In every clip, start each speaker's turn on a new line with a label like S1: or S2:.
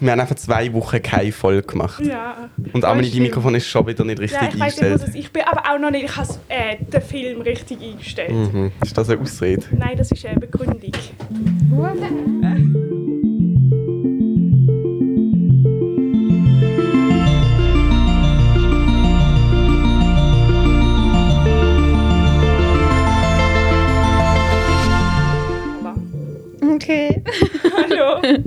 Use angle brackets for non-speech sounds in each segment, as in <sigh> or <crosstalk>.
S1: wir haben einfach zwei Wochen keine Folge gemacht.
S2: Ja.
S1: Und
S2: Ja,
S1: auch mein
S2: stimmt.
S1: Mikrofon ist schon wieder nicht richtig
S2: Ja, ich weiß nicht,
S1: eingestellt.
S2: was es Ich bin aber auch noch nicht. Ich habe äh, den Film richtig eingestellt.
S1: Mhm. Ist das eine Ausrede?
S2: Nein, das ist eine Begründung. Aber-
S3: Okay. <laughs>
S2: Hallo.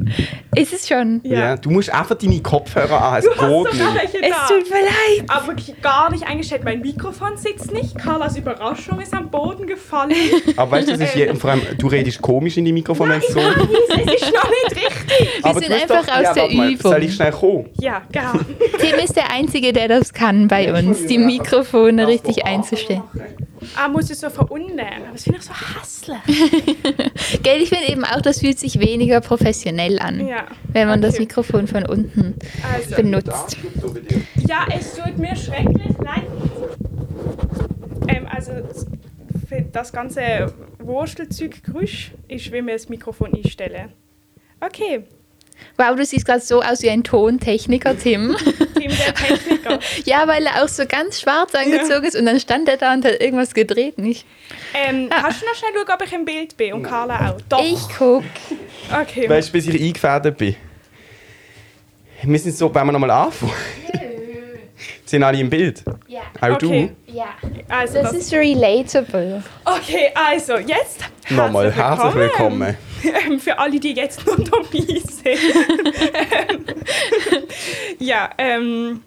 S3: Ist es schon?
S1: Ja. Du musst einfach deine Kopfhörer an, es
S2: Du hast
S1: geht
S2: sogar
S1: nicht.
S2: welche
S3: Es
S2: da.
S3: tut mir leid.
S2: Aber gar nicht eingestellt. Mein Mikrofon sitzt nicht. Carlas Überraschung ist am Boden
S3: <laughs>
S2: gefallen.
S1: Aber weißt du, das ist je, und vor allem, du redest komisch in die Mikrofon, wenn es so.
S2: es ist noch nicht richtig.
S3: Wir sind
S1: hast
S3: einfach aus der
S1: warte mal,
S3: Übung.
S1: Soll ich schnell kommen?
S2: Ja, genau.
S3: Tim ist der Einzige, der das kann bei uns, die Mikrofone richtig einzustellen.
S2: Ah, muss ich so verunlernen. Das finde ich so
S3: <laughs>
S2: hässlich.
S3: Gell, ich finde eben auch, das fühlt sich weniger professionell an,
S2: Ja.
S3: wenn man das
S2: Okay.
S3: Mikrofon von unten
S2: Also,
S3: benutzt.
S2: ja, es tut mir schrecklich leid. Ähm, also, für das ganze Wurstelzeug-Geräusch ist, wie wir das Mikrofon einstellen. Okay,
S3: Wow, du siehst gerade so aus wie ein Tontechniker, Tim. <laughs>
S2: Team der Techniker.
S3: ja, weil er auch so ganz schwarz angezogen ist und dann stand er da und hat irgendwas gedreht, nicht?
S2: Ähm, Kannst du noch schnell schauen, ob ich im Bild bin? Und Carla auch. Doch.
S3: Ah. Ich guck.
S2: Okay.
S1: Weißt du, bis ich eingefädelt bin? Wir sind so, wenn wir nochmal anfangen. sind alle im Bild?
S3: Ja.
S1: Auch
S2: Okay.
S3: Ja.
S2: Also,
S3: Das
S2: das
S3: ist relatable.
S2: okay, also jetzt.
S1: du? Nochmal, herzlich willkommen.
S2: Ähm, für alle, die jetzt noch dabei sind. Ähm,
S3: <laughs>
S2: ja, ähm,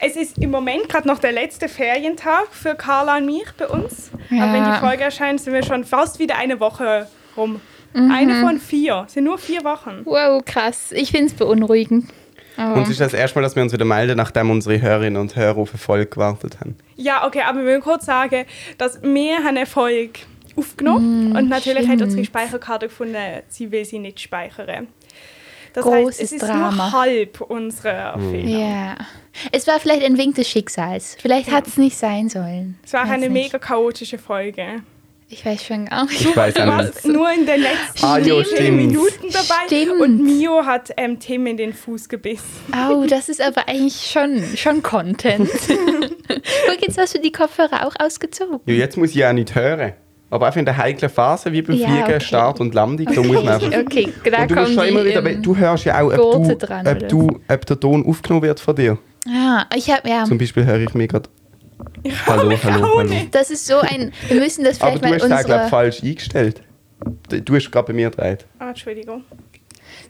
S2: es ist im Moment gerade noch der letzte Ferientag für Carla und mich bei uns.
S3: Ja.
S2: Aber wenn die Folge erscheint, sind wir schon fast wieder eine Woche rum.
S3: Mhm.
S2: Eine von vier. Sind nur vier Wochen.
S3: Wow, krass. Ich finde es beunruhigend. Aber
S1: Und es ist das erste Mal, dass wir uns wieder melden, nachdem unsere Hörerinnen und Hörer auf Erfolg gewartet haben.
S2: Ja, okay, aber wir müssen kurz sagen, dass wir haben eine Folge aufgenommen und natürlich hat unsere
S3: Mhm, stimmt.
S2: Speicherkarte gefunden, sie will sie nicht speichern. Das heißt,
S3: Großes
S2: es ist
S3: Drama.
S2: nur halb unserer
S3: Mhm.
S2: Fehler.
S1: Genau.
S3: ja. Es war vielleicht ein Wink des Schicksals. Vielleicht hat es nicht sein sollen.
S2: Es war
S3: Weiß
S2: eine
S3: nicht.
S2: mega chaotische Folge.
S3: Ich weiß schon gar nicht.
S1: Ich weiß
S2: Du
S1: auch nicht.
S2: warst nur in den letzten
S1: Ah, jo,
S2: zehn
S1: stimmt.
S2: Minuten dabei
S3: Stimmt.
S2: und Mio hat ähm, Tim in den Fuß gebissen.
S3: Au, das ist aber eigentlich schon,
S1: <laughs>
S3: schon Content. Guck, jetzt hast du die Kopfhörer auch ausgezogen.
S1: Ja, jetzt muss ich ja nicht hören. Aber einfach in der heiklen Phase, wie beim
S3: Ja,
S1: Fliegen,
S3: okay.
S1: Start und Landung, da
S3: <laughs>
S1: muss man einfach...
S3: Okay, da
S1: Und du, musst
S3: kommt
S1: schon immer
S3: die,
S1: wieder, weil
S3: ähm,
S1: du hörst ja auch, ob, du,
S3: Gurte dran,
S1: ob,
S3: oder?
S1: du, ob der Ton aufgenommen wird von dir.
S3: Ah, ich habe ja.
S1: Zum Beispiel höre ich mir gerade... Hallo, hallo,
S2: auch
S1: hallo.
S2: nicht.
S3: Das ist so ein. Wir müssen
S1: <laughs>
S3: das
S1: Aber
S3: vielleicht
S1: du
S3: mal
S1: hast den, glaube ich,
S3: unsere.
S1: falsch eingestellt. Du du hast gerade bei mir gedreht.
S2: Ah, Entschuldigung.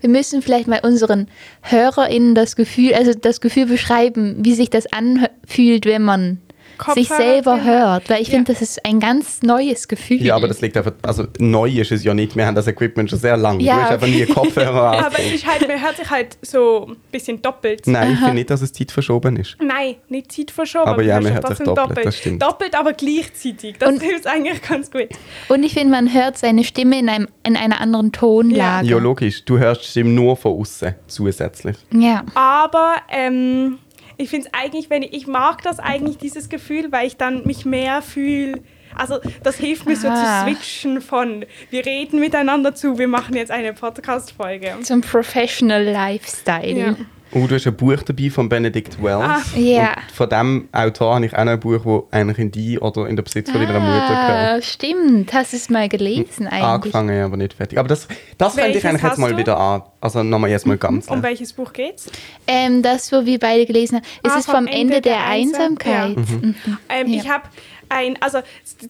S3: Wir müssen vielleicht mal unseren HörerInnen das Gefühl, also das Gefühl beschreiben, wie sich das anfühlt, wenn man
S2: Kopfhörer
S3: sich selber
S2: drin.
S3: hört. Weil ich
S2: Ja.
S3: finde, das ist ein ganz neues Gefühl.
S1: Ja, aber das liegt einfach... Also neu ist es ja nicht. Wir haben das Equipment schon sehr lange.
S3: Ja,
S1: Du hast einfach nie Kopfhörer an.
S2: Aber es ist halt, man hört sich halt so ein bisschen doppelt.
S1: Ah, Nein, ich finde nicht, dass es Zeit verschoben ist.
S2: Nein, nicht Zeit verschoben.
S1: Aber ja,
S2: du
S1: man hört
S2: hast trotzdem
S1: sich doppelt, das stimmt.
S2: Doppelt, aber gleichzeitig. Das
S3: Und-
S2: hilft eigentlich ganz gut.
S3: Und ich finde, man hört seine Stimme in, einem, in einer anderen Tonlage.
S1: Ja, logisch. Du hörst die Stimme nur von außen zusätzlich.
S3: ja.
S2: Aber ähm, ich finde es eigentlich, wenn ich, ich mag das eigentlich, dieses Gefühl, weil ich dann mich mehr fühle. Also das hilft mir
S3: Ah.
S2: so zu switchen von wir reden miteinander zu, wir machen jetzt eine Podcast-Folge.
S3: Zum Professional Lifestyle.
S2: Ja.
S1: Oh, du hast ein Buch dabei von Benedict Wells.
S3: Ah, ja.
S1: Und von dem Autor habe ich auch noch ein Buch, das eigentlich in die oder in der Besitz von deiner Mutter gehört.
S3: Ah, stimmt. Hast du es mal gelesen eigentlich?
S1: Hm, Angefangen, ja, aber nicht fertig. Aber das, das könnte ich
S2: Welches
S1: eigentlich
S2: hast
S1: jetzt mal
S2: du?
S1: wieder an. Also nochmal jetzt
S3: Mhm,
S1: mal ganz.
S2: Um welches Buch geht's?
S3: Ähm, das, wo wir beide gelesen haben. Es
S2: Ah,
S3: ist vom Ende der, Einsamkeit. Mhm.
S2: Ähm,
S3: Ja.
S2: Ich habe ein, also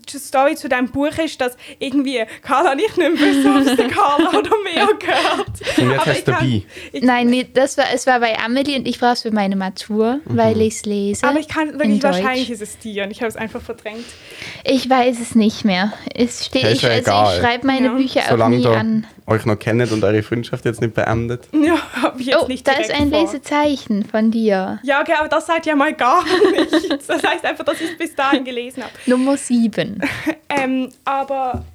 S2: die Story zu deinem Buch ist, dass irgendwie Carla und ich nicht mehr wissen, ob es der
S3: <laughs>
S2: Carla oder mehr gehört.
S1: Und jetzt
S2: Aber
S1: hast
S2: ich
S1: du
S2: kann-
S1: dabei.
S2: Ich,
S3: Nein, nee, das war, es war bei Amelie und ich brauche es für meine Matur,
S1: Mhm.
S3: weil ich es lese.
S2: aber ich kann
S3: in
S2: wirklich,
S3: Deutsch.
S2: wahrscheinlich ist es dir und ich habe es einfach verdrängt. <laughs>
S3: Ich weiß es nicht mehr. Es steht,
S1: Ja, ist
S3: ich,
S1: ja
S3: also
S1: egal.
S3: ich schreibe meine
S2: Ja.
S3: Bücher auch
S1: Solange
S3: nie
S1: ihr
S3: an.
S1: euch noch kennt und eure Freundschaft jetzt nicht beendet.
S2: Ja, habe ich jetzt
S3: Oh,
S2: nicht
S3: da ist
S2: direkt
S3: ein
S2: vor.
S3: Lesezeichen von dir.
S2: Ja, okay, aber das sagt ja mal gar <laughs> nichts. Das heißt einfach, dass ich es bis dahin gelesen habe.
S3: Nummer <laughs> 7.
S2: Ähm, aber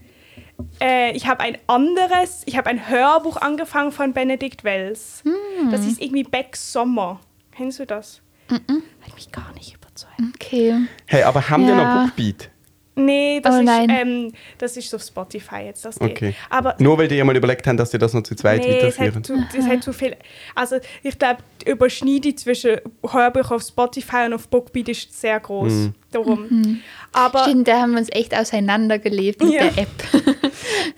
S2: äh, ich habe ein anderes, ich habe ein Hörbuch angefangen von Benedikt Wells.
S3: Hm.
S2: Das ist irgendwie Beck Sommer. Kennst du das? Hat mich gar nicht überzeugt.
S3: Okay.
S1: Hey, aber haben wir
S3: Ja.
S1: noch Bookbeat?
S2: Nee, das,
S3: Oh
S2: ist,
S3: nein.
S2: ähm, das ist auf Spotify jetzt. Das geht.
S1: Okay.
S2: Aber
S1: Nur weil die ja mal überlegt haben, dass die das noch zu zweit
S2: nee, es
S1: weiterführen.
S2: hat zu, es hat zu viel. Also ich glaube, die Überschneidung zwischen Hörbüchern auf Spotify und auf Bookbeat ist sehr groß.
S1: Mhm.
S2: Darum.
S3: Mhm.
S2: Aber
S3: Stimmt, da haben wir uns echt auseinandergelebt mit
S2: Ja. <laughs>
S3: der App.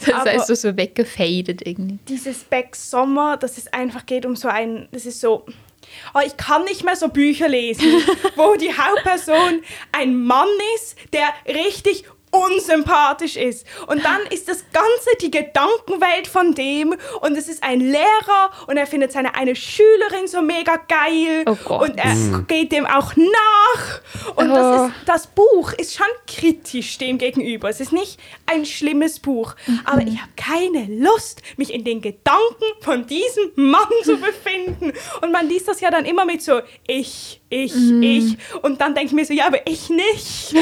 S3: das
S2: Aber-
S3: heißt, so, so weggefadet irgendwie.
S2: dieses Back Sommer, dass es einfach geht um so ein, das ist so, oh, ich kann nicht mehr so Bücher
S3: <laughs>
S2: lesen, wo die Hauptperson ein Mann ist, der richtig unsympathisch ist. Und dann ist das Ganze die Gedankenwelt von dem und es ist ein Lehrer und er findet seine eine Schülerin so mega geil
S3: Oh Gott.
S2: und er geht dem auch nach und das
S3: Oh.
S2: ist das Buch ist schon kritisch dem gegenüber. Es ist nicht ein schlimmes Buch.
S3: Mhm.
S2: Aber ich habe keine Lust, mich in den Gedanken von diesem Mann
S3: <laughs>
S2: zu befinden. Und man liest das ja dann immer mit so, ich, ich,
S3: Mhm.
S2: ich. Und dann denke ich mir so, ja, aber ich
S3: <laughs>
S2: nicht.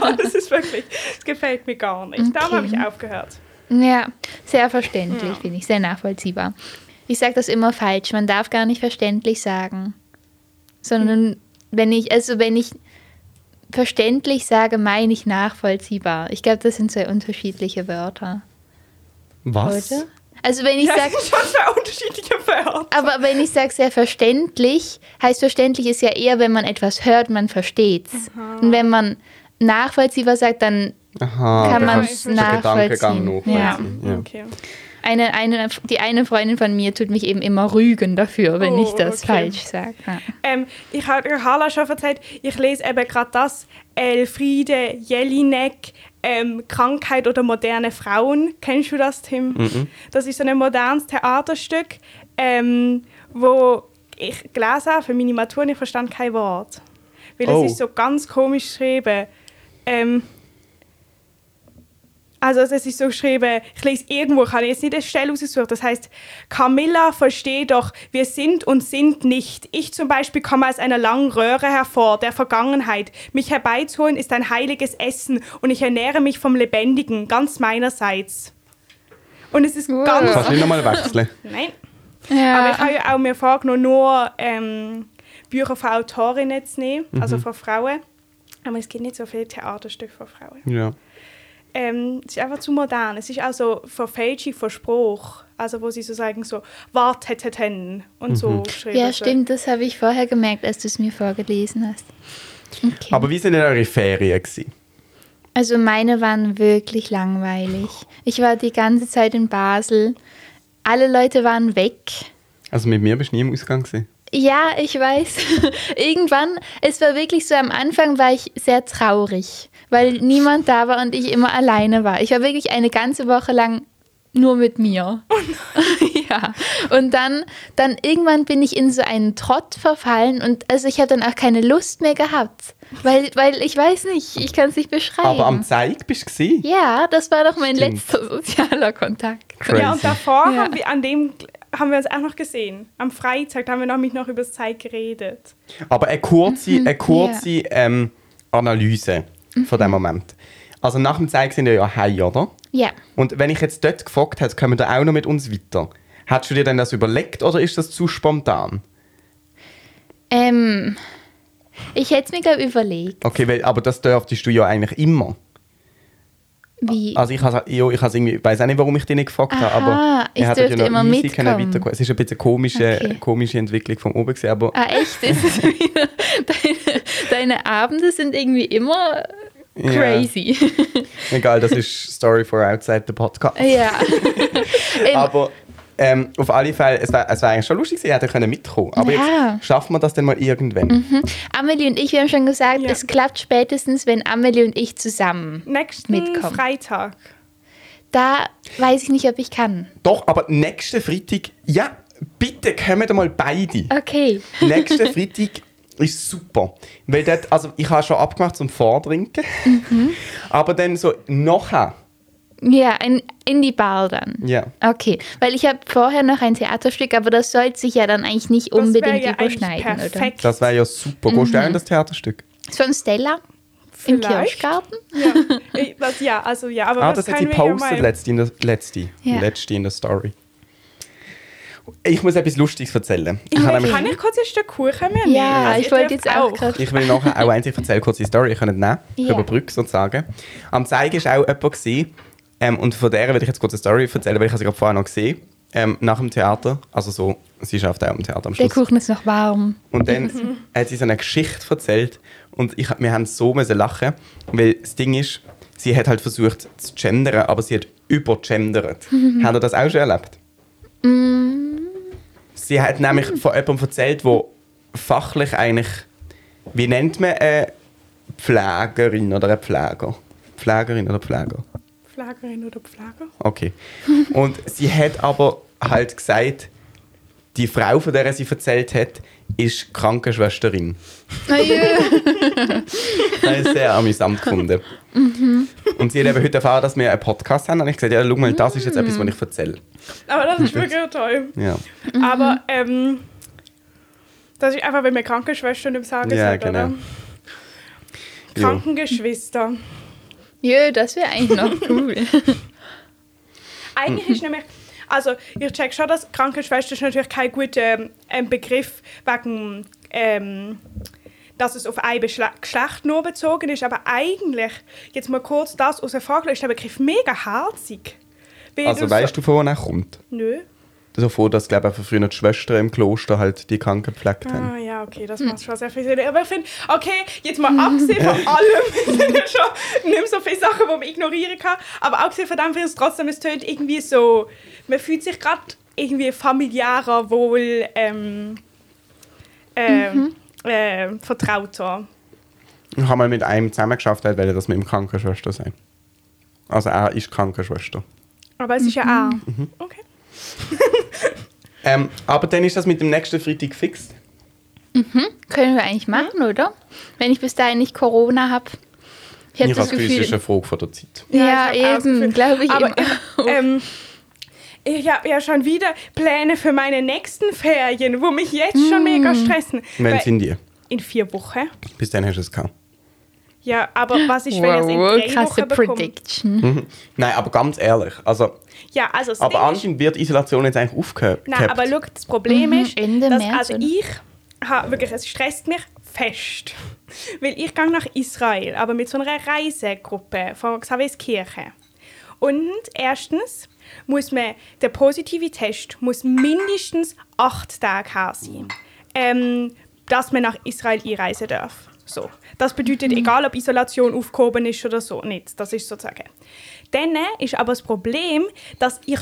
S2: Und das ist wirklich, es gefällt mir gar nicht. Darum habe ich aufgehört.
S3: Ja, sehr verständlich, finde ich, sehr nachvollziehbar. Ich sage das immer falsch. Man darf gar nicht verständlich sagen. Sondern wenn ich, also wenn ich verständlich sage, meine ich nachvollziehbar. Ich glaube, das sind zwei unterschiedliche Wörter,
S1: Was?
S3: oder? Also wenn ich
S2: Das
S3: sage,
S2: sind schon zwei unterschiedliche Wörter.
S3: aber wenn ich sage sehr verständlich, heißt verständlich ist ja eher, wenn man etwas hört, man versteht's. Und wenn man nachvollziehbar sagt, dann
S1: Aha.
S3: kann
S1: da
S3: man
S1: kannst
S3: es
S1: du den Gedankengang
S3: nachvollziehen.
S1: nachvollziehen.
S3: Ja.
S1: Ja.
S2: Okay.
S3: Eine, eine, die eine Freundin von mir tut mich eben immer rügen dafür, wenn
S2: Oh,
S3: ich das
S2: okay.
S3: falsch sage. Ja.
S2: Ähm, ich habe Hala schon erzählt, ich lese eben gerade das Elfriede Jelinek ähm, Krankheit oder moderne Frauen. Kennst du das, Tim? Das ist so ein modernes Theaterstück, ähm, wo ich gelesen habe für meine Matur und ich verstand kein Wort. Weil
S1: Oh.
S2: es ist so ganz komisch geschrieben. Ähm, also es ist so geschrieben, ich lese irgendwo, kann ich jetzt nicht eine Stelle aussuchen. Das heißt, Camilla, verstehe doch, wir sind und sind nicht. Ich zum Beispiel komme aus einer langen Röhre hervor, der Vergangenheit. Mich herbeizuholen ist ein heiliges Essen und ich ernähre mich vom Lebendigen, ganz meinerseits. Und es ist
S3: Wow.
S2: ganz...
S1: Kannst du nicht nochmal wechseln?
S2: Nein. Aber ich
S3: Ja.
S2: habe ja auch mir vorgenommen, nur ähm, Bücher von Autorinnen zu nehmen, also von Frauen. Aber es gibt nicht so viele Theaterstücke von Frauen.
S1: Ja.
S2: Ähm, es ist einfach zu modern. Es ist auch so Verfälschung von Spruch. Also wo sie so sagen, so warteteten und
S1: Mhm.
S2: so geschrieben.
S3: ja, stimmt, das habe ich vorher gemerkt, als du es mir vorgelesen hast. Okay.
S1: Genau. Aber wie sind denn eure Ferien gewesen?
S3: Also meine waren wirklich langweilig. Ich war die ganze Zeit in Basel. Alle Leute waren weg.
S1: Also mit mir bist du nie im Ausgang gewesen.
S3: Ja, ich weiß. <laughs> Irgendwann, es war wirklich so, am Anfang war ich sehr traurig, weil niemand da war und ich immer alleine war. Ich war wirklich eine ganze Woche lang nur mit mir. <laughs> ja. Und dann, dann irgendwann bin ich in so einen Trott verfallen und also ich habe dann auch keine Lust mehr gehabt, weil, weil ich weiß nicht, ich kann es nicht beschreiben.
S1: Aber am Zeig bist du gewesen?
S3: ja, das war doch mein
S1: Stimmt.
S3: letzter sozialer Kontakt.
S1: Crazy.
S2: Ja, und davor
S3: Ja.
S2: haben wir an dem haben wir uns auch noch gesehen. Am Freitag da haben wir noch, mich noch über das Zeit geredet.
S1: Aber eine kurze,
S3: Mhm.
S1: eine kurze ähm, Analyse von
S3: Mhm.
S1: dem Moment. Also nach dem Zeig sind wir ja heim, oder?
S3: Ja.
S1: Und wenn ich jetzt dort gefragt hätte, kommen da auch noch mit uns weiter. Hättest du dir denn das überlegt oder ist das zu spontan?
S3: Ähm, ich hätte es mir, glaube ich, überlegt.
S1: Okay, weil, aber das dürftest du ja eigentlich immer.
S3: Wie,
S1: Also ich habe ja, ich has irgendwie, ich weiß auch nicht, warum ich dich nicht gefragt habe,
S3: Aha,
S1: aber
S3: ich
S1: hätte
S3: dürfte immer mitkommen.
S1: weiterkommen. Es ist ein bisschen komische,
S3: Okay.
S1: komische Entwicklung von oben gesehen, aber
S3: Ah, echt? Ist <laughs> es wieder deine, deine Abende sind irgendwie immer
S1: Ja.
S3: crazy.
S1: egal, das ist Story for Outside the Podcast.
S3: Ja. <laughs> Ähm,
S1: Aber ähm, auf alle Fälle, es wäre es wär eigentlich schon lustig gewesen, hätte können mitkommen. Aber
S3: Ja. Mhm.
S1: jetzt schaffen wir das denn mal irgendwann.
S3: Amelie und ich, wir haben schon gesagt,
S2: Ja.
S3: es klappt spätestens, wenn Amelie und ich zusammen.
S2: Nächsten
S3: Mitkommen.
S2: Freitag.
S3: Da weiß ich nicht, ob ich kann.
S1: Doch, aber nächsten Freitag, ja, bitte kommen mal beide.
S3: <laughs> Okay.
S1: Nächsten Freitag ist super. Weil dort, also ich habe schon abgemacht zum Vortrinken.
S3: Mhm.
S1: Aber dann so nachher.
S3: <laughs> Ja, in, in die Bar dann.
S1: Ja.
S3: Okay, weil ich habe vorher noch ein Theaterstück, aber das sollte sich ja dann eigentlich nicht
S2: Das wär
S3: unbedingt
S2: ja eigentlich
S3: überschneiden, oder?
S2: perfekt.
S1: Das wäre ja super. Gehst
S3: Mhm.
S1: du auch in das Theaterstück?
S3: Ist von Stella im
S2: Vielleicht.
S3: Kirschgarten?
S2: Ja. Ich- Das, ja, also ja, aber
S1: ah, das hat sie
S2: können wir ja
S1: gepostet
S2: mal-
S1: letzte in der, letzte,
S3: Ja.
S1: letzte in der Story. Ich muss etwas Lustiges erzählen. Ich, habe nämlich-
S2: Kann ich kurz ein Stück Kuchen mitnehmen?
S3: Ja,
S2: Also,
S3: ich
S2: ihr
S3: wollte
S2: dürft
S3: jetzt auch gerade.
S1: ich will nachher auch eins, ich erzähle kurz die Story, ich kann nicht nehmen,
S3: Ja.
S1: überbrücken sozusagen. Am Zeigen war auch jemand, gewesen, ähm, und von der will ich jetzt kurz eine Story erzählen, weil ich habe sie gerade vorher noch gesehen, ähm, nach dem Theater, also so, sie schafft auch im Theater am
S3: Der
S1: Schluss.
S3: Kuchen ist noch warm.
S1: Und dann hat sie so eine Geschichte erzählt und ich, hab- wir haben so müssen lachen, weil das Ding ist, sie hat halt versucht zu gendern, aber sie hat übergendert. Habt ihr das auch schon erlebt? Sie hat nämlich von jemandem erzählt, wo fachlich eigentlich, wie nennt man eine Pflegerin oder einen Pfleger? Pflegerin oder Pfleger?
S2: Pflegerin oder Pfleger?
S1: Okay. Und sie hat aber halt gesagt, die Frau, von der sie erzählt hat, ist Krankenschwesterin.
S3: <laughs>
S1: Das habe ich sehr amüsant gefunden.
S2: Mhm.
S1: Und sie hat eben heute erfahren, dass wir einen Podcast haben. Und ich gesagt, ja, schau mal, das ist jetzt etwas, was ich erzähle.
S2: Aber das
S1: <laughs>
S2: ist wirklich toll.
S1: Ja. Mhm.
S2: Aber ähm, das ist einfach, wenn man Krankenschwester nicht sagen
S1: Ja,
S2: sagt,
S1: genau.
S2: oder? Krankengeschwister.
S3: Jö, das wäre eigentlich noch cool.
S1: Mhm.
S2: Eigentlich ist nämlich, also ich check schon, dass Krankenschwester ist natürlich kein guter ähm, Begriff wegen, ähm, dass es auf ein Beschle Geschlecht nur bezogen ist, aber eigentlich, jetzt mal kurz das aus der Frage, ist der Begriff mega herzig. Weil
S1: Also weißt du, von wo er kommt?
S2: Nö.
S1: So vor, dass, glaube ich, einfach früher die Schwestern im Kloster halt die Kranken gepflegt haben.
S2: Ah ja, okay, das macht schon sehr viel Sinn. Aber ich finde, okay, jetzt mal abgesehen von allem, <laughs> es sind ja schon nicht mehr so viele Sachen, die man ignorieren kann, aber abgesehen von dem finde ich es trotzdem, es tönt irgendwie so, man fühlt sich gerade irgendwie familiärer, wohl ähm, ähm, ähm, vertrauter.
S1: Ich habe mal mit einem zusammengeschafft, weil er das mit dem Krankenschwester sein. Also er ist Krankenschwester.
S2: Aber es ist ja auch. Okay.
S1: Ähm, aber dann ist das mit dem nächsten Freitag fix.
S3: Können wir
S2: Hm?
S3: eigentlich machen, oder? Wenn ich bis dahin nicht Corona habe. Ich habe
S1: Ich
S3: das
S1: habe Gefühl, es ist
S3: Gefühl.
S1: eine Frage von der Zeit.
S3: Ja,
S2: ich hab auch das
S3: eben,
S2: Gefühl.
S3: glaube ich.
S2: Aber
S3: immer.
S2: Ähm, ich habe ja schon wieder Pläne für meine nächsten Ferien, wo mich jetzt schon mega stressen.
S1: Wenn
S2: Weil-
S1: sind die?
S2: in vier Wochen.
S1: Bis dann hast du es gehabt.
S2: Ja, aber was ist, wenn ich es
S3: wow,
S2: in drei
S3: krasse
S2: Wochen bekomme?
S3: Prediction.
S1: Nein, aber ganz ehrlich. Also,
S2: Ja, also das
S1: aber
S2: Ding ist,
S1: anscheinend wird Isolation jetzt eigentlich aufgehört.
S2: Nein, aber schau, das Problem
S3: Mhm,
S2: ist,
S3: Ende
S2: dass
S3: März,
S2: also
S3: oder?
S2: ich habe wirklich, es stresst mich fest. <laughs> Weil ich gehe nach Israel, aber mit so einer Reisegruppe von Xavier's Kirche. Und erstens muss man, der positive Test muss mindestens acht Tage her sein, ähm, dass man nach Israel einreisen darf. So. Das bedeutet,
S1: Mhm.
S2: egal ob Isolation aufgehoben ist oder so, nichts. Das ist sozusagen. Dann ist aber das Problem, dass ich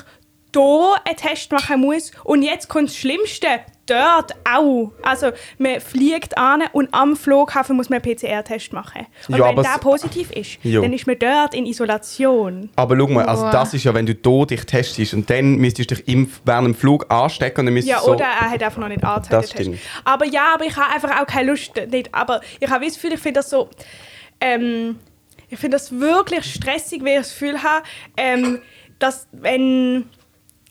S2: hier einen Test machen muss und jetzt kommt das Schlimmste, dort auch. Also man fliegt an und am Flughafen muss man einen PCR-Test machen. Und
S1: Ja, aber
S2: wenn der
S1: es-
S2: positiv ist,
S1: Jo.
S2: dann ist man dort in Isolation.
S1: Aber schau mal, also
S3: Boah.
S1: das ist ja, wenn du hier dich testest und dann müsstest du dich im, während dem Flug anstecken und dann müsstest
S2: Ja,
S1: du so...
S2: oder er hat einfach noch nicht angezeigt.
S1: Das
S2: den Test.
S1: stimmt.
S2: Aber ja, aber ich habe einfach auch keine Lust. Nicht, aber ich habe das Gefühl, ich finde das so. Ähm, ich finde das wirklich stressig, weil ich das Gefühl habe, ähm, dass wenn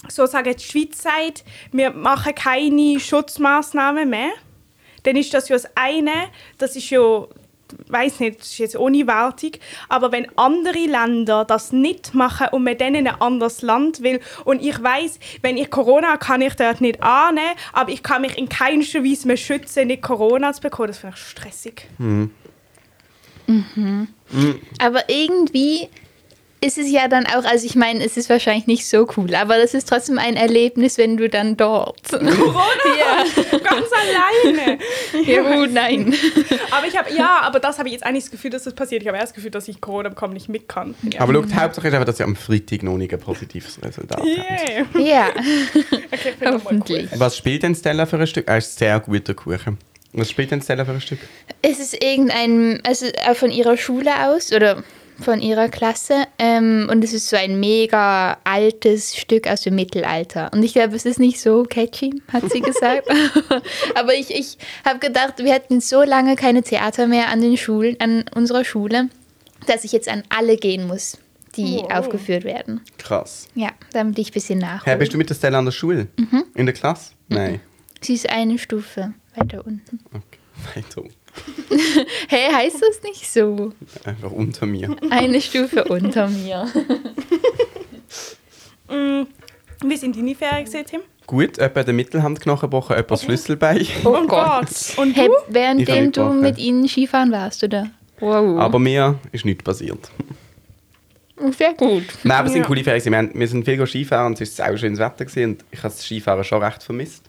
S2: sozusagen die Schweiz sagt, wir machen keine Schutzmaßnahmen mehr, dann ist das ja das eine, das ist ja, weiß nicht, das ist jetzt ohne Wertung, aber wenn andere Länder das nicht machen und man dann in ein anderes Land will und ich weiß, wenn ich Corona habe, kann ich dort nicht annehmen, aber ich kann mich in keinster Weise mehr schützen, nicht Corona zu bekommen, das finde ich stressig.
S3: Aber irgendwie ist es ja dann auch, also ich meine, es ist wahrscheinlich nicht so cool, aber das ist trotzdem ein Erlebnis, wenn du dann dort.
S2: <laughs> <laughs> Corona,
S3: ja,
S2: ganz alleine.
S3: ja, oh nein.
S2: Aber ich habe, ja, aber das habe ich jetzt eigentlich das Gefühl, dass das passiert. Ich habe erst das Gefühl, dass ich Corona bekomme, nicht mit kann. Ja.
S1: Aber schau, die Hauptsache ist einfach, dass sie am Freitag noch nicht ein positives Resultat haben.
S2: Yeah.
S3: Ja,
S2: Okay, ich finde das mal cool.
S3: <laughs> hoffentlich.
S1: Was spielt denn Stella für ein Stück? Er ist sehr guter Kuchen. Was spielt denn Stella für ein Stück?
S3: Es ist irgendein, also äh, von ihrer Schule aus oder von ihrer Klasse ähm, und es ist so ein mega altes Stück aus dem Mittelalter. Und ich glaube, es ist nicht so catchy, hat sie gesagt. <laughs> Aber ich, ich habe gedacht, wir hätten so lange keine Theater mehr an den Schulen, an unserer Schule, dass ich jetzt an alle gehen muss, die
S2: Wow.
S3: aufgeführt werden.
S1: Krass.
S3: Ja, damit ich ein bisschen
S1: Hä,
S3: nachhole.
S1: bist du mit der Stella an der Schule? In der Klasse? Nein.
S3: Sie ist eine Stufe weiter unten.
S1: Okay. Weiter. unten.
S3: Hey, heißt das nicht so?
S1: Einfach unter mir.
S3: Eine Stufe unter mir.
S2: Mm, Wie sind deine Ferien gesehen, Tim?
S1: gut, jemand den Mittelhandknochen gebrochen, jemand das Schlüsselbein.
S2: Oh, Gott. Und
S3: Hey,
S2: du?
S1: Ich hab
S3: währenddem
S1: nicht
S3: du
S1: gebrochen.
S3: mit ihnen Skifahren warst, oder? Wow.
S1: Aber mir ist nichts passiert.
S3: Sehr gut.
S1: Nein, aber es sind
S2: Ja.
S1: coole Ferien. gewesen. Wir, haben, wir sind viel go Skifahren und es war auch schönes Wetter gewesen, und ich habe das Skifahren schon recht vermisst.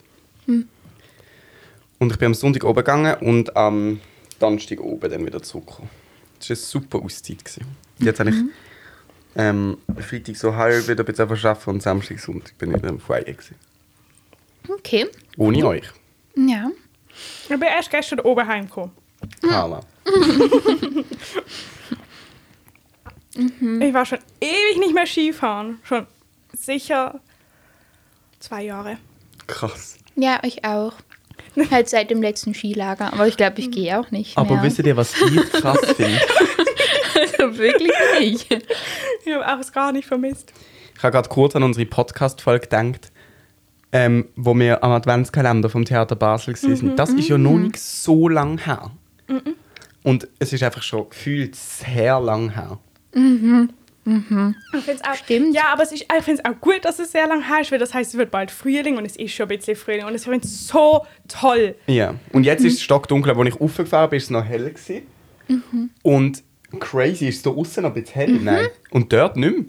S1: Und ich bin am Sonntag oben gegangen und am Donnerstag oben dann wieder zurückgekommen. Es war eine super Auszeit. Gewesen. Jetzt habe ich ähm, Freitag so halb wieder ein bisschen arbeiten und Samstag, Sonntag bin ich wieder im Freien. Gewesen.
S3: Okay.
S1: Ohne euch.
S3: Ja.
S2: Ich bin erst gestern oben heimgekommen.
S1: Carla.
S2: Ich war schon ewig nicht mehr Skifahren. Schon sicher zwei Jahre.
S1: Krass.
S3: Ja, ich auch. Halt seit dem letzten Skilager. Aber ich glaube, ich gehe auch nicht.
S1: Aber
S3: mehr.
S1: wisst ihr, was ich krass <laughs> finde?
S3: Also <laughs> wirklich nicht.
S2: Ich habe auch es gar nicht vermisst.
S1: Ich habe gerade kurz an unsere Podcast-Folge gedacht, ähm, wo wir am Adventskalender vom Theater Basel waren. Das ist ja noch nicht so lang her. Und es ist einfach schon gefühlt sehr lang her.
S2: Ich find's auch,
S3: Stimmt.
S2: Ja, aber es ist, ich finde es auch gut, dass es sehr lang her ist, weil das heißt, es wird bald Frühling und es ist schon ein bisschen Frühling und ich finde es so toll.
S1: Ja. Und jetzt ist es stockdunkel. Als ich aufgefahren bin, war es noch hell. Gewesen. Und crazy ist es da außen noch ein bisschen hell. Nein. Und dort nicht mehr.